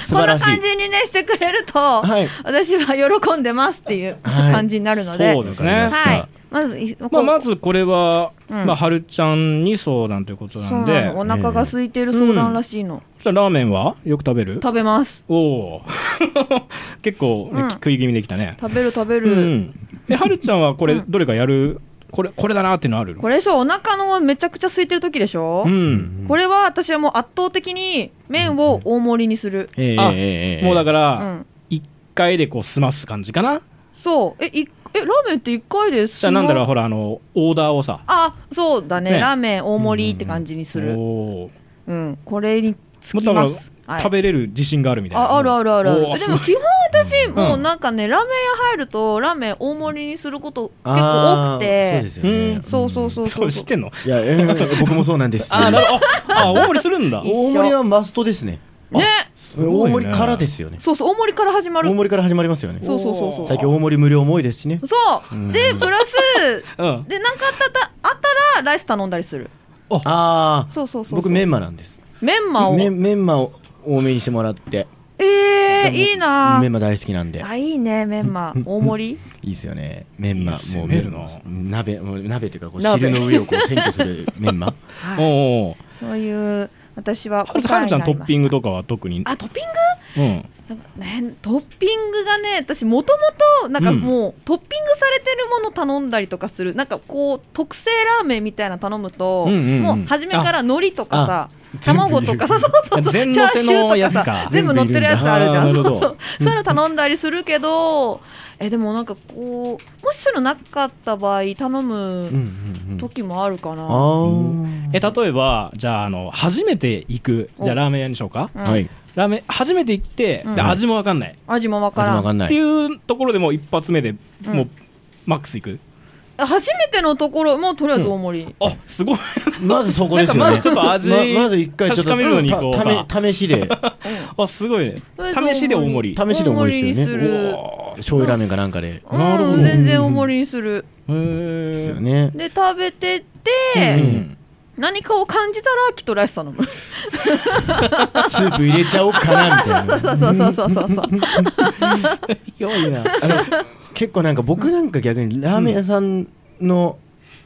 [SPEAKER 8] 素
[SPEAKER 4] こん
[SPEAKER 8] 晴
[SPEAKER 4] な
[SPEAKER 8] らしい
[SPEAKER 4] 感じにねしてくれると、
[SPEAKER 8] はい
[SPEAKER 4] 私は喜んでますっていう
[SPEAKER 8] はい
[SPEAKER 4] 感じになるので、
[SPEAKER 5] そうですね
[SPEAKER 4] はい、まずい
[SPEAKER 5] ま
[SPEAKER 4] こ
[SPEAKER 5] あ
[SPEAKER 4] う
[SPEAKER 5] まずこれは
[SPEAKER 4] うん
[SPEAKER 5] まあはるちゃんに相談というこ
[SPEAKER 4] そ
[SPEAKER 5] とな
[SPEAKER 4] うん
[SPEAKER 5] で
[SPEAKER 4] なのお腹が空いてる相談らしいの、
[SPEAKER 5] じゃあラーメンはよく食べる
[SPEAKER 4] 食べます
[SPEAKER 5] おおー *laughs* 結構ね
[SPEAKER 4] うん
[SPEAKER 5] 食い気味できたね
[SPEAKER 4] 食べる食べ
[SPEAKER 5] う
[SPEAKER 4] る、
[SPEAKER 5] んえはるちゃんはこれどれかやるこれこれだなっていうのある
[SPEAKER 4] これでしょお腹のめちゃくちゃ空いてる時でしょ、
[SPEAKER 5] うん
[SPEAKER 4] これは私はもう圧倒的に麺を大盛りにする、
[SPEAKER 8] ええ
[SPEAKER 5] あ
[SPEAKER 8] ええ
[SPEAKER 5] もうだか
[SPEAKER 4] う
[SPEAKER 5] ら
[SPEAKER 4] ん、
[SPEAKER 5] 一回でこう済ます感じかな
[SPEAKER 4] そうえいえラーメンって1回です
[SPEAKER 5] じゃあなんだろうほらあのオーダーをさ
[SPEAKER 4] あそうだね
[SPEAKER 5] ね
[SPEAKER 4] ラーメン大盛りって感じにする
[SPEAKER 5] おー
[SPEAKER 4] うん、これにつきます、はい
[SPEAKER 5] 食べれる自信があるみたいな
[SPEAKER 4] ああるあるあるあ
[SPEAKER 5] おー
[SPEAKER 4] るで
[SPEAKER 5] すごい
[SPEAKER 4] も基本私
[SPEAKER 5] ん
[SPEAKER 4] もうなんかね、ラーメン屋入るとラーメン大盛りにすること結構多く
[SPEAKER 8] あーそう
[SPEAKER 4] て
[SPEAKER 8] ですよね、
[SPEAKER 5] うん
[SPEAKER 4] そうそうそう
[SPEAKER 5] そ
[SPEAKER 4] そうう
[SPEAKER 5] 知ってんの
[SPEAKER 8] いや、えー僕もそうなんです。
[SPEAKER 5] あなるほどああ大盛りするんだ
[SPEAKER 4] 一緒
[SPEAKER 8] 大盛りはマストですね。
[SPEAKER 5] あ
[SPEAKER 4] ね
[SPEAKER 5] ごい
[SPEAKER 8] 大
[SPEAKER 5] ね
[SPEAKER 8] 盛りからですよね。
[SPEAKER 4] そうそう大盛りから始ま
[SPEAKER 8] 大
[SPEAKER 4] る
[SPEAKER 8] 盛りから始まりますよね。
[SPEAKER 4] *laughs* そうそうそうそう
[SPEAKER 8] 最近大盛り無料も多いですしね。
[SPEAKER 4] そう、でプラス
[SPEAKER 5] うん
[SPEAKER 4] でなんかあったたあったらライス頼んだりする
[SPEAKER 8] ああ、
[SPEAKER 4] そうそうそうそう
[SPEAKER 8] 僕メンマなんです。
[SPEAKER 4] メンマを
[SPEAKER 8] メメンマを多めにしてもらって。
[SPEAKER 4] ええ
[SPEAKER 8] でも
[SPEAKER 4] いいな
[SPEAKER 8] メンマ大好きなんで。
[SPEAKER 4] あいいねメンマ大盛り
[SPEAKER 8] いいですよね。メンマ
[SPEAKER 5] いいっ、すよ
[SPEAKER 8] もう
[SPEAKER 5] メン
[SPEAKER 8] メン
[SPEAKER 5] マ
[SPEAKER 8] マ、鍋、もう鍋っていうか、こう
[SPEAKER 4] 鍋
[SPEAKER 8] 汁の上をこう占拠するメンマ。
[SPEAKER 5] お
[SPEAKER 4] はい
[SPEAKER 5] おー
[SPEAKER 4] そういう私は
[SPEAKER 5] はるはるちゃんトッピン
[SPEAKER 4] グ
[SPEAKER 5] グとかは特に
[SPEAKER 4] あトッピング
[SPEAKER 5] うん
[SPEAKER 4] なんかね、トッピングがね私もともとなんかもう、トッピングされてるもの頼んだりとかするなんかこう特製ラーメンみたいなの頼むと、
[SPEAKER 5] うんうんうん
[SPEAKER 4] もう初めから海苔とかさ
[SPEAKER 8] 全部
[SPEAKER 4] 卵とかさそうそうそうチャ
[SPEAKER 5] 全
[SPEAKER 4] ー
[SPEAKER 5] 乗せ
[SPEAKER 4] シ
[SPEAKER 5] の
[SPEAKER 4] ュ
[SPEAKER 5] や
[SPEAKER 4] ー
[SPEAKER 5] つ
[SPEAKER 4] とか
[SPEAKER 5] か
[SPEAKER 4] さ全部乗ってるやつあるじゃ
[SPEAKER 5] あー
[SPEAKER 4] ん
[SPEAKER 5] な
[SPEAKER 4] そ
[SPEAKER 5] る
[SPEAKER 4] う
[SPEAKER 5] ほ
[SPEAKER 4] そう
[SPEAKER 5] ど
[SPEAKER 4] そういうの頼んだりするけどえでもなんかこうもしそういうのなかった場合頼
[SPEAKER 8] うんう
[SPEAKER 4] む
[SPEAKER 8] んうん。
[SPEAKER 4] 時もあるか
[SPEAKER 8] あ
[SPEAKER 4] な、
[SPEAKER 8] ー
[SPEAKER 5] え例えばじゃああの初めて行くじゃあ
[SPEAKER 4] お
[SPEAKER 5] ラーメン屋にしようか
[SPEAKER 4] うん
[SPEAKER 8] はい。
[SPEAKER 5] ラーメン初めて行って
[SPEAKER 4] うん
[SPEAKER 5] で味もわかんない
[SPEAKER 4] 味もわか
[SPEAKER 8] 味も
[SPEAKER 4] ら
[SPEAKER 8] わ
[SPEAKER 4] ん
[SPEAKER 8] かんな
[SPEAKER 5] って
[SPEAKER 8] い。
[SPEAKER 5] いうところでもう一発目でもう
[SPEAKER 4] うん
[SPEAKER 5] マックスいく
[SPEAKER 4] 初めてのところもうとりあえず大盛り、
[SPEAKER 5] あすごい *laughs*
[SPEAKER 8] まずそこですよ
[SPEAKER 5] なんかま
[SPEAKER 8] ね。
[SPEAKER 5] ずちょっと味
[SPEAKER 8] ままず一回ちょっ
[SPEAKER 5] 確かめるのにこう
[SPEAKER 8] とた
[SPEAKER 5] さ
[SPEAKER 8] ため、試しで、
[SPEAKER 5] あすごいね
[SPEAKER 4] とりあえず大盛り
[SPEAKER 5] 試しで大盛り
[SPEAKER 8] 試しで大盛りですよ
[SPEAKER 4] 大盛りにする
[SPEAKER 8] ね。
[SPEAKER 5] おー
[SPEAKER 8] 醤油ラーメンかなんかで。
[SPEAKER 4] う
[SPEAKER 5] なるほど
[SPEAKER 4] ん、全然大盛りにする
[SPEAKER 8] ですよ
[SPEAKER 5] へ
[SPEAKER 8] ね。
[SPEAKER 4] で食べて
[SPEAKER 5] え
[SPEAKER 4] て、
[SPEAKER 5] うん
[SPEAKER 4] 何かを感じたらきっとライス頼む
[SPEAKER 8] スープ入れちゃおうかなみたいな。
[SPEAKER 4] そうそうそうそうそうそうそう
[SPEAKER 5] 良いな
[SPEAKER 8] あの結構なんか僕なんか逆にラーメン屋さんの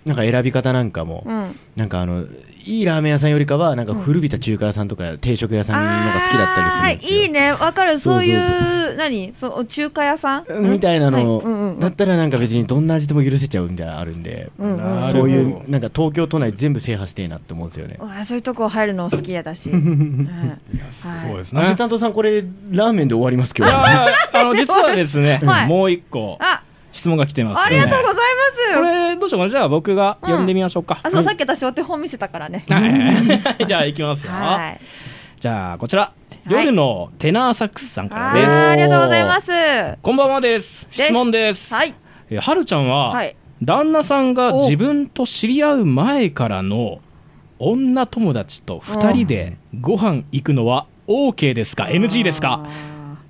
[SPEAKER 8] なんか選び方なんかも、
[SPEAKER 4] うん
[SPEAKER 8] なんかあのいいラーメン屋さんよりかはなんか古びた中華屋さんとか定食屋さんのが好きだったりするんですよ。
[SPEAKER 4] あーいいねわかるそうい
[SPEAKER 8] そう
[SPEAKER 4] う何そう中華屋さん
[SPEAKER 8] みたいなの、
[SPEAKER 4] はいうんうんうん
[SPEAKER 8] だったらなんか別にどんな味でも許せちゃうみたいなのあるんで、
[SPEAKER 4] うんうん
[SPEAKER 5] なるほど
[SPEAKER 8] そういうなんか東京都内全部制覇してえなって思うんですよね
[SPEAKER 4] う。わそういうとこ入るの好きやだし、うん
[SPEAKER 5] すごいですね
[SPEAKER 8] アシスタントさんこれラーメンで終わりますけ
[SPEAKER 5] い
[SPEAKER 8] ど。
[SPEAKER 5] やーあの実はですね
[SPEAKER 4] *laughs* はい
[SPEAKER 5] もう一個
[SPEAKER 4] あ
[SPEAKER 5] 質問が来てます
[SPEAKER 4] ありがとうござい
[SPEAKER 5] こ
[SPEAKER 4] ます
[SPEAKER 5] れどうしようかなじゃあ僕が呼んでみましょうか
[SPEAKER 4] あそうさっき私お手本見せたからね
[SPEAKER 5] はい *laughs* じゃあ行きますよ
[SPEAKER 4] はい
[SPEAKER 5] じゃあこちら夜のテナーサックスさんから
[SPEAKER 4] あ
[SPEAKER 5] です
[SPEAKER 4] ーありがとうございますは
[SPEAKER 5] こんばんはです質問です
[SPEAKER 4] い
[SPEAKER 5] えはるちゃん
[SPEAKER 4] は
[SPEAKER 5] はい旦那さんが
[SPEAKER 4] お
[SPEAKER 5] 自分と知り合う前からの女友達と2人でご飯行くのは OK ですか NG ですか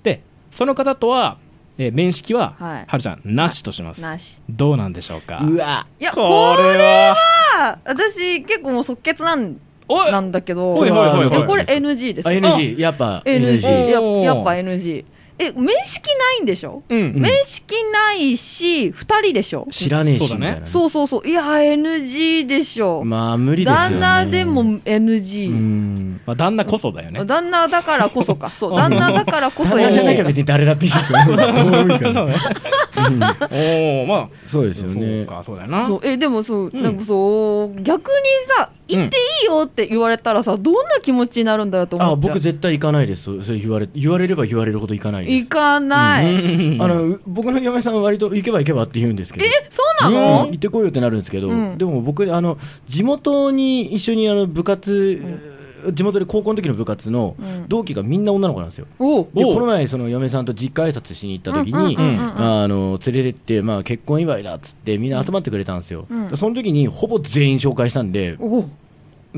[SPEAKER 5] でその方とは、えー面識は、
[SPEAKER 4] はい
[SPEAKER 5] はるちゃんなしとします
[SPEAKER 4] なし
[SPEAKER 5] どうなんでしょうか
[SPEAKER 8] うわ。
[SPEAKER 4] いや
[SPEAKER 5] これは
[SPEAKER 4] あ私結構もう即決なん
[SPEAKER 5] おい
[SPEAKER 4] なんだけど
[SPEAKER 5] おいおいおいお
[SPEAKER 4] いや
[SPEAKER 5] い
[SPEAKER 4] これ NG です
[SPEAKER 8] あ NG やっぱ
[SPEAKER 4] NG や
[SPEAKER 5] おー
[SPEAKER 4] やっぱ NG え面識ないんでしょ、
[SPEAKER 5] うん
[SPEAKER 4] 面識ないし2人でしょ
[SPEAKER 8] 知らねえしみたいなね、
[SPEAKER 4] そうそうそういや NG でしょ、
[SPEAKER 8] まあ無理ですよ、
[SPEAKER 4] 旦
[SPEAKER 8] ね、
[SPEAKER 4] 那でも
[SPEAKER 8] う
[SPEAKER 4] NG、
[SPEAKER 8] ん
[SPEAKER 5] まあ、旦那こそだ
[SPEAKER 4] *laughs*
[SPEAKER 5] よね
[SPEAKER 4] 旦那
[SPEAKER 8] *laughs*
[SPEAKER 4] だからこそかそう旦那だからこそ
[SPEAKER 8] 旦那じゃなきゃ
[SPEAKER 4] NG
[SPEAKER 8] 別に誰だっていいですよねどうでもいいから
[SPEAKER 5] そうねおお、まあ。
[SPEAKER 8] そうですよね
[SPEAKER 5] そうか、そうだよな。
[SPEAKER 4] そうえでもそう、
[SPEAKER 5] うん
[SPEAKER 4] なんかそう逆にさ行っていいよって言われたらさどんな気持ちになるんだよと思っちゃ
[SPEAKER 8] あ
[SPEAKER 4] う
[SPEAKER 8] 僕絶対行かないですそれ言われ言われれば言われるほど行かないで
[SPEAKER 4] 行
[SPEAKER 8] す
[SPEAKER 4] かない、
[SPEAKER 8] あのう僕の嫁さんは割と行けば行けばって言うんですけど
[SPEAKER 4] えそうな
[SPEAKER 8] うん
[SPEAKER 4] の
[SPEAKER 8] 行、ってこいよってなるんですけど、
[SPEAKER 4] うん
[SPEAKER 8] でも僕あの地元に一緒にあの部活、地元で高校の時の部活の
[SPEAKER 4] ん
[SPEAKER 8] 同期がみんな女の子なんですよ。
[SPEAKER 4] おう
[SPEAKER 8] で
[SPEAKER 5] おう
[SPEAKER 8] この前その嫁さんと実家挨拶しに行った時に、
[SPEAKER 4] うんうんうんうん
[SPEAKER 8] あの連れてってまあ結婚祝いだっつってみんな集まってくれたんですよ。その時にほぼ全員紹介したんで、
[SPEAKER 4] おう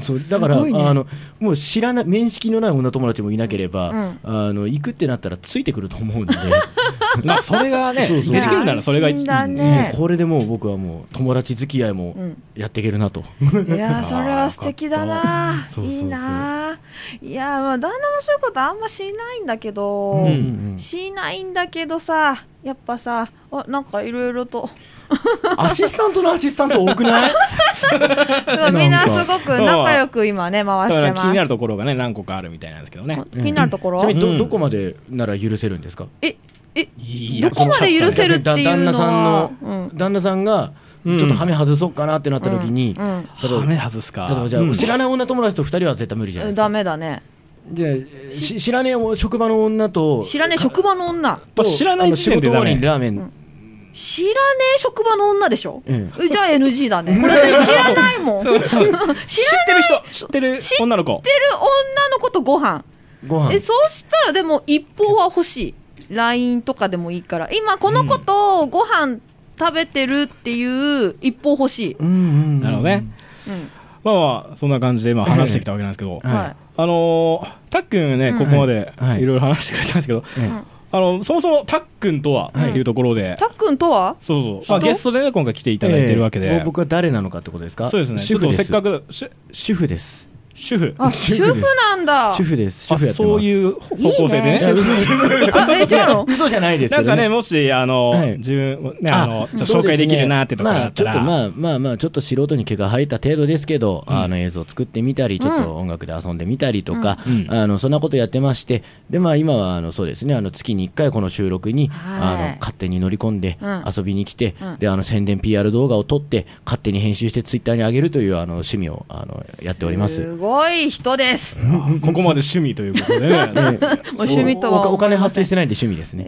[SPEAKER 8] そうだから、
[SPEAKER 4] すごいね
[SPEAKER 8] あのもう知らない面識のない女友達もいなければ、
[SPEAKER 4] うん
[SPEAKER 8] あの行くってなったらついてくると思うんで、
[SPEAKER 5] まあ、それ
[SPEAKER 4] *laughs*
[SPEAKER 5] がね、
[SPEAKER 8] そうそう
[SPEAKER 5] 出てくるなら、それが
[SPEAKER 4] 安
[SPEAKER 5] 一
[SPEAKER 4] 心だ
[SPEAKER 5] 番。
[SPEAKER 8] も
[SPEAKER 4] *laughs* ね
[SPEAKER 8] うこれでもう僕はもう友達付き合いも
[SPEAKER 4] ん
[SPEAKER 8] やっていけるなと。
[SPEAKER 4] い
[SPEAKER 5] *laughs*
[SPEAKER 4] やーそれは素敵だな
[SPEAKER 8] そうそうそう
[SPEAKER 4] いいないやーまあ旦那もそういうことあんましないんだけど、
[SPEAKER 5] うん
[SPEAKER 4] しないんだけどさやっぱさあなんかいろいろ
[SPEAKER 5] *laughs*
[SPEAKER 4] と
[SPEAKER 8] アシスタントのアシスタント多くない
[SPEAKER 4] そうみんなすごく仲良く今ね
[SPEAKER 5] だ
[SPEAKER 4] 回し
[SPEAKER 5] か
[SPEAKER 4] て
[SPEAKER 5] ら気
[SPEAKER 4] ます
[SPEAKER 5] になるところがね何個かあるみたいなんですけどね。
[SPEAKER 4] 気になるところ、
[SPEAKER 8] ちなみにど,、
[SPEAKER 5] うん
[SPEAKER 8] どこまでなら許せるんですか
[SPEAKER 4] ええ
[SPEAKER 5] い
[SPEAKER 4] どこまで許せるっていうのは
[SPEAKER 8] 旦那さんの、旦那さんがちょっとハメ外そうかなってなった時に、
[SPEAKER 4] うんうん
[SPEAKER 8] 例えば
[SPEAKER 5] ダメ外すか。
[SPEAKER 8] 例えばじゃあ、
[SPEAKER 5] うん
[SPEAKER 8] 知らない女友達と2人は絶対無理じゃないですか
[SPEAKER 4] ダメだね
[SPEAKER 8] でし知らねえお職場の女と
[SPEAKER 4] 知らねえ職場の女
[SPEAKER 5] ま
[SPEAKER 8] と
[SPEAKER 5] あ知らない時点でダ
[SPEAKER 8] あの仕事終わりに
[SPEAKER 5] メ。
[SPEAKER 8] ラーメン、
[SPEAKER 4] 知らねえ職場の女でしょ、
[SPEAKER 8] うん
[SPEAKER 4] えじゃあ NG だねだって知らないもん知ら
[SPEAKER 5] *laughs* そ
[SPEAKER 4] *laughs*
[SPEAKER 5] う
[SPEAKER 4] ない
[SPEAKER 5] そう知
[SPEAKER 4] 知
[SPEAKER 5] ってる人、知ってる女の子
[SPEAKER 4] っ。てる女の子とご飯
[SPEAKER 8] ご飯
[SPEAKER 4] えそうしたらでも一方は欲しい LINE とかでもいいから今この子とご飯食べてるっていう一方欲しい、
[SPEAKER 8] うんうん
[SPEAKER 5] なるほどね。
[SPEAKER 4] うん
[SPEAKER 5] まあまあ、そんな感じで今話してきたわけなんですけど、
[SPEAKER 8] はい
[SPEAKER 4] はい
[SPEAKER 5] あのー、たっくんね、ここまで
[SPEAKER 8] はいはい
[SPEAKER 5] いろいろ話してくれたんですけど、
[SPEAKER 8] ええ
[SPEAKER 5] あの、そもそもたっくんとはっていうところで、
[SPEAKER 4] たっくんとは
[SPEAKER 5] そうそう、まあ、
[SPEAKER 4] 人
[SPEAKER 5] ゲストでね今回来ていただいてるわけ
[SPEAKER 8] ええ
[SPEAKER 5] で、
[SPEAKER 8] 僕は誰なのかってことですか
[SPEAKER 5] そうですね、ち
[SPEAKER 8] 主
[SPEAKER 5] ょっ
[SPEAKER 8] 婦
[SPEAKER 5] と
[SPEAKER 8] です
[SPEAKER 5] せっかく、し
[SPEAKER 8] 主婦です
[SPEAKER 5] 主婦。
[SPEAKER 4] あ
[SPEAKER 8] 主
[SPEAKER 4] 主
[SPEAKER 8] 婦です
[SPEAKER 4] 婦なんだ
[SPEAKER 8] 主婦です主
[SPEAKER 5] あ
[SPEAKER 8] 婦やってます
[SPEAKER 5] そういう方向性でね。
[SPEAKER 8] いや嘘
[SPEAKER 4] *laughs* あえ違うの
[SPEAKER 8] 嘘じゃないです
[SPEAKER 5] な
[SPEAKER 8] け
[SPEAKER 5] ん
[SPEAKER 8] ど
[SPEAKER 5] かね、もし、あの、
[SPEAKER 8] はい
[SPEAKER 5] 自分、ね、あの、ちょっと
[SPEAKER 8] そう
[SPEAKER 5] 紹
[SPEAKER 8] すね
[SPEAKER 5] 介できるなってとかだったら、
[SPEAKER 8] まあ、ちょっとまあまあまあちょっと素人に毛が生えた程度ですけど、あの映像作ってみたりちょっと音楽で遊んでみたりとか、
[SPEAKER 5] うん
[SPEAKER 8] あのそんなことやってましてでまあ今はあのそうですねあの月に1回この収録に、
[SPEAKER 4] はい
[SPEAKER 8] あの勝手に乗り込んで
[SPEAKER 4] うん
[SPEAKER 8] 遊びに来て、
[SPEAKER 4] うん
[SPEAKER 8] であの宣伝 PR 動画を撮って勝手に編集してツイッターに上げるというあの趣味をあのやっており *laughs* ます。
[SPEAKER 4] すごい人です
[SPEAKER 5] ここまで趣味ということでね。
[SPEAKER 4] お趣味とは
[SPEAKER 8] おおお金発生しててないんで趣味ですね。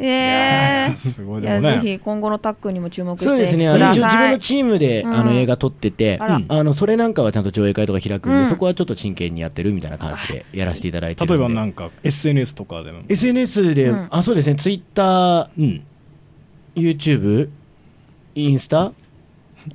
[SPEAKER 4] ええ
[SPEAKER 5] すごい
[SPEAKER 4] い
[SPEAKER 5] でも
[SPEAKER 4] やぜ
[SPEAKER 5] ね。
[SPEAKER 4] ひ今後のタックにも注目して
[SPEAKER 8] そうですね、あ
[SPEAKER 4] く
[SPEAKER 8] の
[SPEAKER 4] だ
[SPEAKER 8] 一応自分
[SPEAKER 4] さ
[SPEAKER 8] の
[SPEAKER 4] い。
[SPEAKER 8] チームで、
[SPEAKER 4] うん
[SPEAKER 8] あの映画撮ってて、
[SPEAKER 4] あら
[SPEAKER 8] うんあのそれなんかはちゃんと上映会とか開くんで、
[SPEAKER 4] うん
[SPEAKER 8] そこはちょっと真剣にやってるみたいな感じでやらせていただいてる
[SPEAKER 5] 例え
[SPEAKER 8] んで
[SPEAKER 5] ばなんか、SNS とかでも。
[SPEAKER 8] SNS で、
[SPEAKER 4] うん
[SPEAKER 8] あそうですね、ツイッター、
[SPEAKER 5] うん。
[SPEAKER 8] YouTube、インスタ
[SPEAKER 5] ー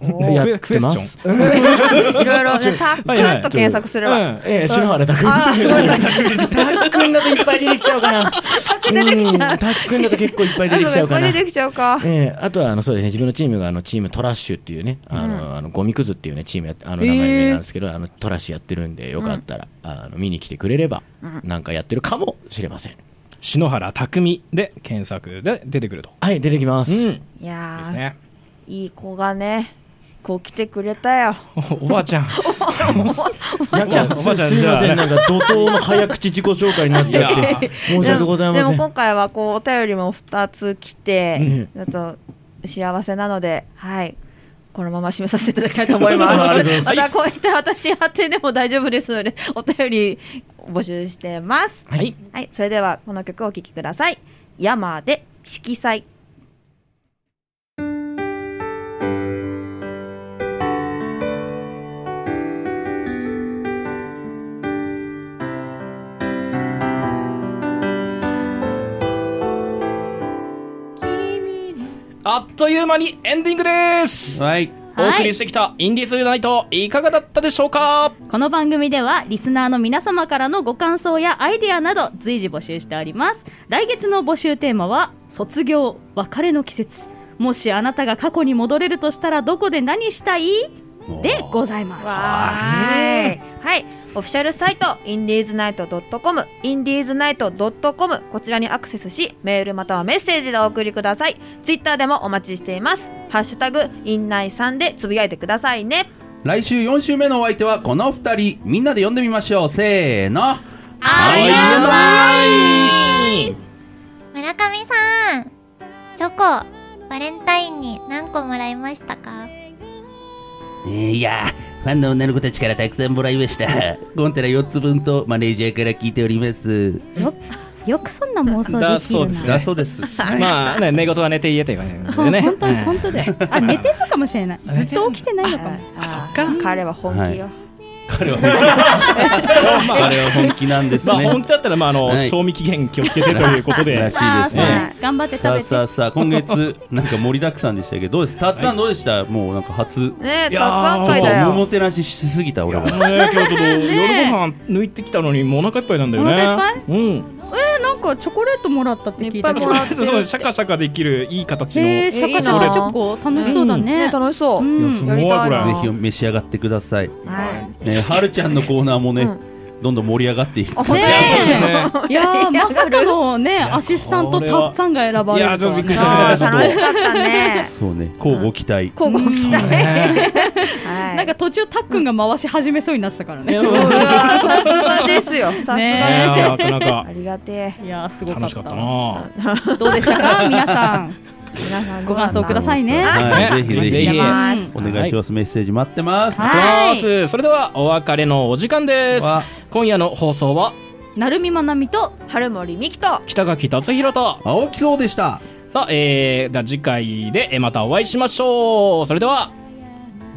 [SPEAKER 8] やってます。
[SPEAKER 4] いろいろ
[SPEAKER 8] *laughs*
[SPEAKER 4] ね、タック
[SPEAKER 5] はいはい
[SPEAKER 4] と検索すれ
[SPEAKER 5] う
[SPEAKER 4] ば。
[SPEAKER 5] ん。
[SPEAKER 8] ええ篠原拓
[SPEAKER 4] あーごめんなさい
[SPEAKER 8] 君。 *laughs* 拓君だといっぱい出てきちゃうかな。拓
[SPEAKER 4] 出てきちゃう
[SPEAKER 8] 君だと結構いっぱい出てきちゃうか
[SPEAKER 4] あ
[SPEAKER 8] な。
[SPEAKER 4] そうか出てきちゃうか。
[SPEAKER 8] ええあとはあのそうですね自分のチームがあのチームトラッシュっていうねあの、あのゴミくずっていうねチームやあの
[SPEAKER 4] へ
[SPEAKER 8] 名
[SPEAKER 4] え
[SPEAKER 8] 前なんですけど、あのトラッシュやってるんでよかったら、あの見に来てくれれば、なんかやってるかもしれません
[SPEAKER 5] 篠原匠で検索で出てくると。
[SPEAKER 8] はい出てきます、
[SPEAKER 5] うん。
[SPEAKER 4] い
[SPEAKER 5] です
[SPEAKER 4] や
[SPEAKER 5] ね。
[SPEAKER 4] ー、いい子がね、こう来てくれたよ。
[SPEAKER 5] おばあ
[SPEAKER 8] *laughs*
[SPEAKER 5] ちゃん。
[SPEAKER 8] なんか
[SPEAKER 5] おばあちゃん
[SPEAKER 8] すすいま
[SPEAKER 5] じ
[SPEAKER 8] せ
[SPEAKER 5] ゃあ
[SPEAKER 8] んなんか怒涛の早口自己紹介になっち
[SPEAKER 5] *laughs*
[SPEAKER 8] ゃ
[SPEAKER 5] いや
[SPEAKER 8] って申し訳ござい
[SPEAKER 4] で
[SPEAKER 8] ま
[SPEAKER 4] もで
[SPEAKER 8] せ
[SPEAKER 4] も今
[SPEAKER 8] ん
[SPEAKER 4] 回はこうお便りも2つ来て、ちょっと幸せなので、はい。このまま締めさせていただきたいと思います。
[SPEAKER 8] *laughs* ありがとうござい
[SPEAKER 4] ま
[SPEAKER 8] ま
[SPEAKER 4] すたこういった私宛てでも大丈夫ですので、お便り募集してます。
[SPEAKER 8] はい
[SPEAKER 4] はい、それではこの曲をお聴きください。山で色彩。
[SPEAKER 5] あっという間にエンディングです。
[SPEAKER 2] はい
[SPEAKER 5] お送りしてきたインディーズナイト、いかがだったでしょうか
[SPEAKER 3] この番組ではリスナーの皆様からのご感想やアイデアなど随時募集しております来月の募集テーマは卒業別れの季節もしあなたが過去に戻れるとしたらどこで何したいでございま
[SPEAKER 4] はい。はい。オフィシャルサイト、インディーズナイト .com、インディーズナイト .com、こちらにアクセスし、メールまたはメッセージでお送りください。ツイッターでもお待ちしています。ハッシュタグ、インナイさんでつぶやいてくださいね。
[SPEAKER 2] 来週4週目のお相手はこの2人みんなで呼んでみましょうせーのい
[SPEAKER 7] あ
[SPEAKER 2] やばい
[SPEAKER 7] 村上さんチョコババレンタインに何個もらいましたか
[SPEAKER 2] えーいやファンの女の子たちからたくさんもらいましたゴンテラ4つ分とマネージャーから聞いております
[SPEAKER 3] よよくそんな妄想
[SPEAKER 5] だ
[SPEAKER 3] でき
[SPEAKER 5] そう
[SPEAKER 3] る
[SPEAKER 5] で
[SPEAKER 3] な
[SPEAKER 5] すね
[SPEAKER 2] だそうです
[SPEAKER 5] まあ、ね、寝言は寝て言えという感じです
[SPEAKER 3] そ
[SPEAKER 5] よ
[SPEAKER 3] う
[SPEAKER 5] ね。
[SPEAKER 3] 本当に本
[SPEAKER 5] 当
[SPEAKER 3] 当だよ。あ、寝てるのかもしれない。ずっと起きてないのかも。
[SPEAKER 4] あそっか彼は本気よ、
[SPEAKER 2] 彼は本気彼は本気なんです
[SPEAKER 5] まあ、
[SPEAKER 2] ね
[SPEAKER 5] 本当だったら、まあ、あの、
[SPEAKER 2] はい
[SPEAKER 5] 賞味期限気をつけてということ
[SPEAKER 2] ら
[SPEAKER 5] で
[SPEAKER 2] し。いです
[SPEAKER 5] あー
[SPEAKER 2] ね
[SPEAKER 5] は
[SPEAKER 3] 頑張って
[SPEAKER 2] さあ
[SPEAKER 3] 食べ
[SPEAKER 2] さあ
[SPEAKER 3] て。
[SPEAKER 2] さあ今月なんか盛りだくさんでしたけどどうですたっさんどうでしたもうなんか初
[SPEAKER 4] ね
[SPEAKER 5] い
[SPEAKER 4] えた
[SPEAKER 5] やー
[SPEAKER 4] くさん
[SPEAKER 5] そ
[SPEAKER 4] 回
[SPEAKER 5] う
[SPEAKER 4] だ
[SPEAKER 2] お
[SPEAKER 4] よ
[SPEAKER 2] もてなししすぎた俺は
[SPEAKER 5] ね、今日ちょっと夜ご飯抜いてきたのにもうお腹いっぱいなんだよね。
[SPEAKER 3] お腹いっ
[SPEAKER 5] ぱいうん。
[SPEAKER 3] え、なんかチョコレートもらったって聞いたけ
[SPEAKER 4] いっ
[SPEAKER 3] ど
[SPEAKER 4] ぱいも。らって
[SPEAKER 5] そうそうシャカシャカできるいい形の。
[SPEAKER 3] えー、
[SPEAKER 5] い
[SPEAKER 3] シャカシャカチョコ楽しそうだ
[SPEAKER 4] ね
[SPEAKER 3] ね
[SPEAKER 4] え。楽しそう、
[SPEAKER 3] うん
[SPEAKER 5] やすご
[SPEAKER 4] や
[SPEAKER 5] い
[SPEAKER 4] りたい
[SPEAKER 5] これ
[SPEAKER 4] な
[SPEAKER 2] ぜひ召し上がってください、
[SPEAKER 4] は
[SPEAKER 2] ね、はるちゃんのコーナーもね、どんどん盛り上がっていく
[SPEAKER 4] あ本当に
[SPEAKER 3] ね
[SPEAKER 5] そうですね。
[SPEAKER 3] いやーまさかのねアシスタン
[SPEAKER 5] こ
[SPEAKER 3] トた
[SPEAKER 5] れは
[SPEAKER 3] っさんが選ば
[SPEAKER 5] い
[SPEAKER 3] れ
[SPEAKER 5] や
[SPEAKER 3] る
[SPEAKER 5] ちょ
[SPEAKER 3] と
[SPEAKER 5] っとび
[SPEAKER 3] は
[SPEAKER 5] っくりし。
[SPEAKER 3] ね
[SPEAKER 5] ました
[SPEAKER 4] 楽し
[SPEAKER 5] ね。
[SPEAKER 4] かったね
[SPEAKER 2] そうね交互期待
[SPEAKER 4] 交互期待、
[SPEAKER 5] ね
[SPEAKER 4] はい、
[SPEAKER 3] なんか途中たっくんが回し始めそうになってたからね。
[SPEAKER 4] うわーさすがですよさすがですよ、
[SPEAKER 5] い
[SPEAKER 3] ね
[SPEAKER 5] やなかなか
[SPEAKER 4] ありがて
[SPEAKER 3] いやーすごか
[SPEAKER 5] 楽
[SPEAKER 3] っ
[SPEAKER 5] しかった
[SPEAKER 3] た。
[SPEAKER 5] な。
[SPEAKER 3] どうでしたか皆さん。
[SPEAKER 4] え皆さん
[SPEAKER 3] ご感想くださいね。
[SPEAKER 2] はい、
[SPEAKER 5] ね
[SPEAKER 2] ぜひぜ
[SPEAKER 5] ぜ
[SPEAKER 2] ひ
[SPEAKER 5] ひ
[SPEAKER 4] ます
[SPEAKER 2] お願いします、メッセージ待ってます
[SPEAKER 5] ありがとうございますそれではお別れのお時間です
[SPEAKER 2] わ。
[SPEAKER 5] 今夜の放送は
[SPEAKER 3] なるみまなみと
[SPEAKER 4] 春森美希と
[SPEAKER 5] 北垣達弘と
[SPEAKER 2] 青木そうでした
[SPEAKER 5] さあ、えー、じゃあ次回でえーまたお会いしましょう。それでは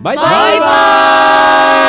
[SPEAKER 5] バイバイ。
[SPEAKER 3] バイバ
[SPEAKER 5] イ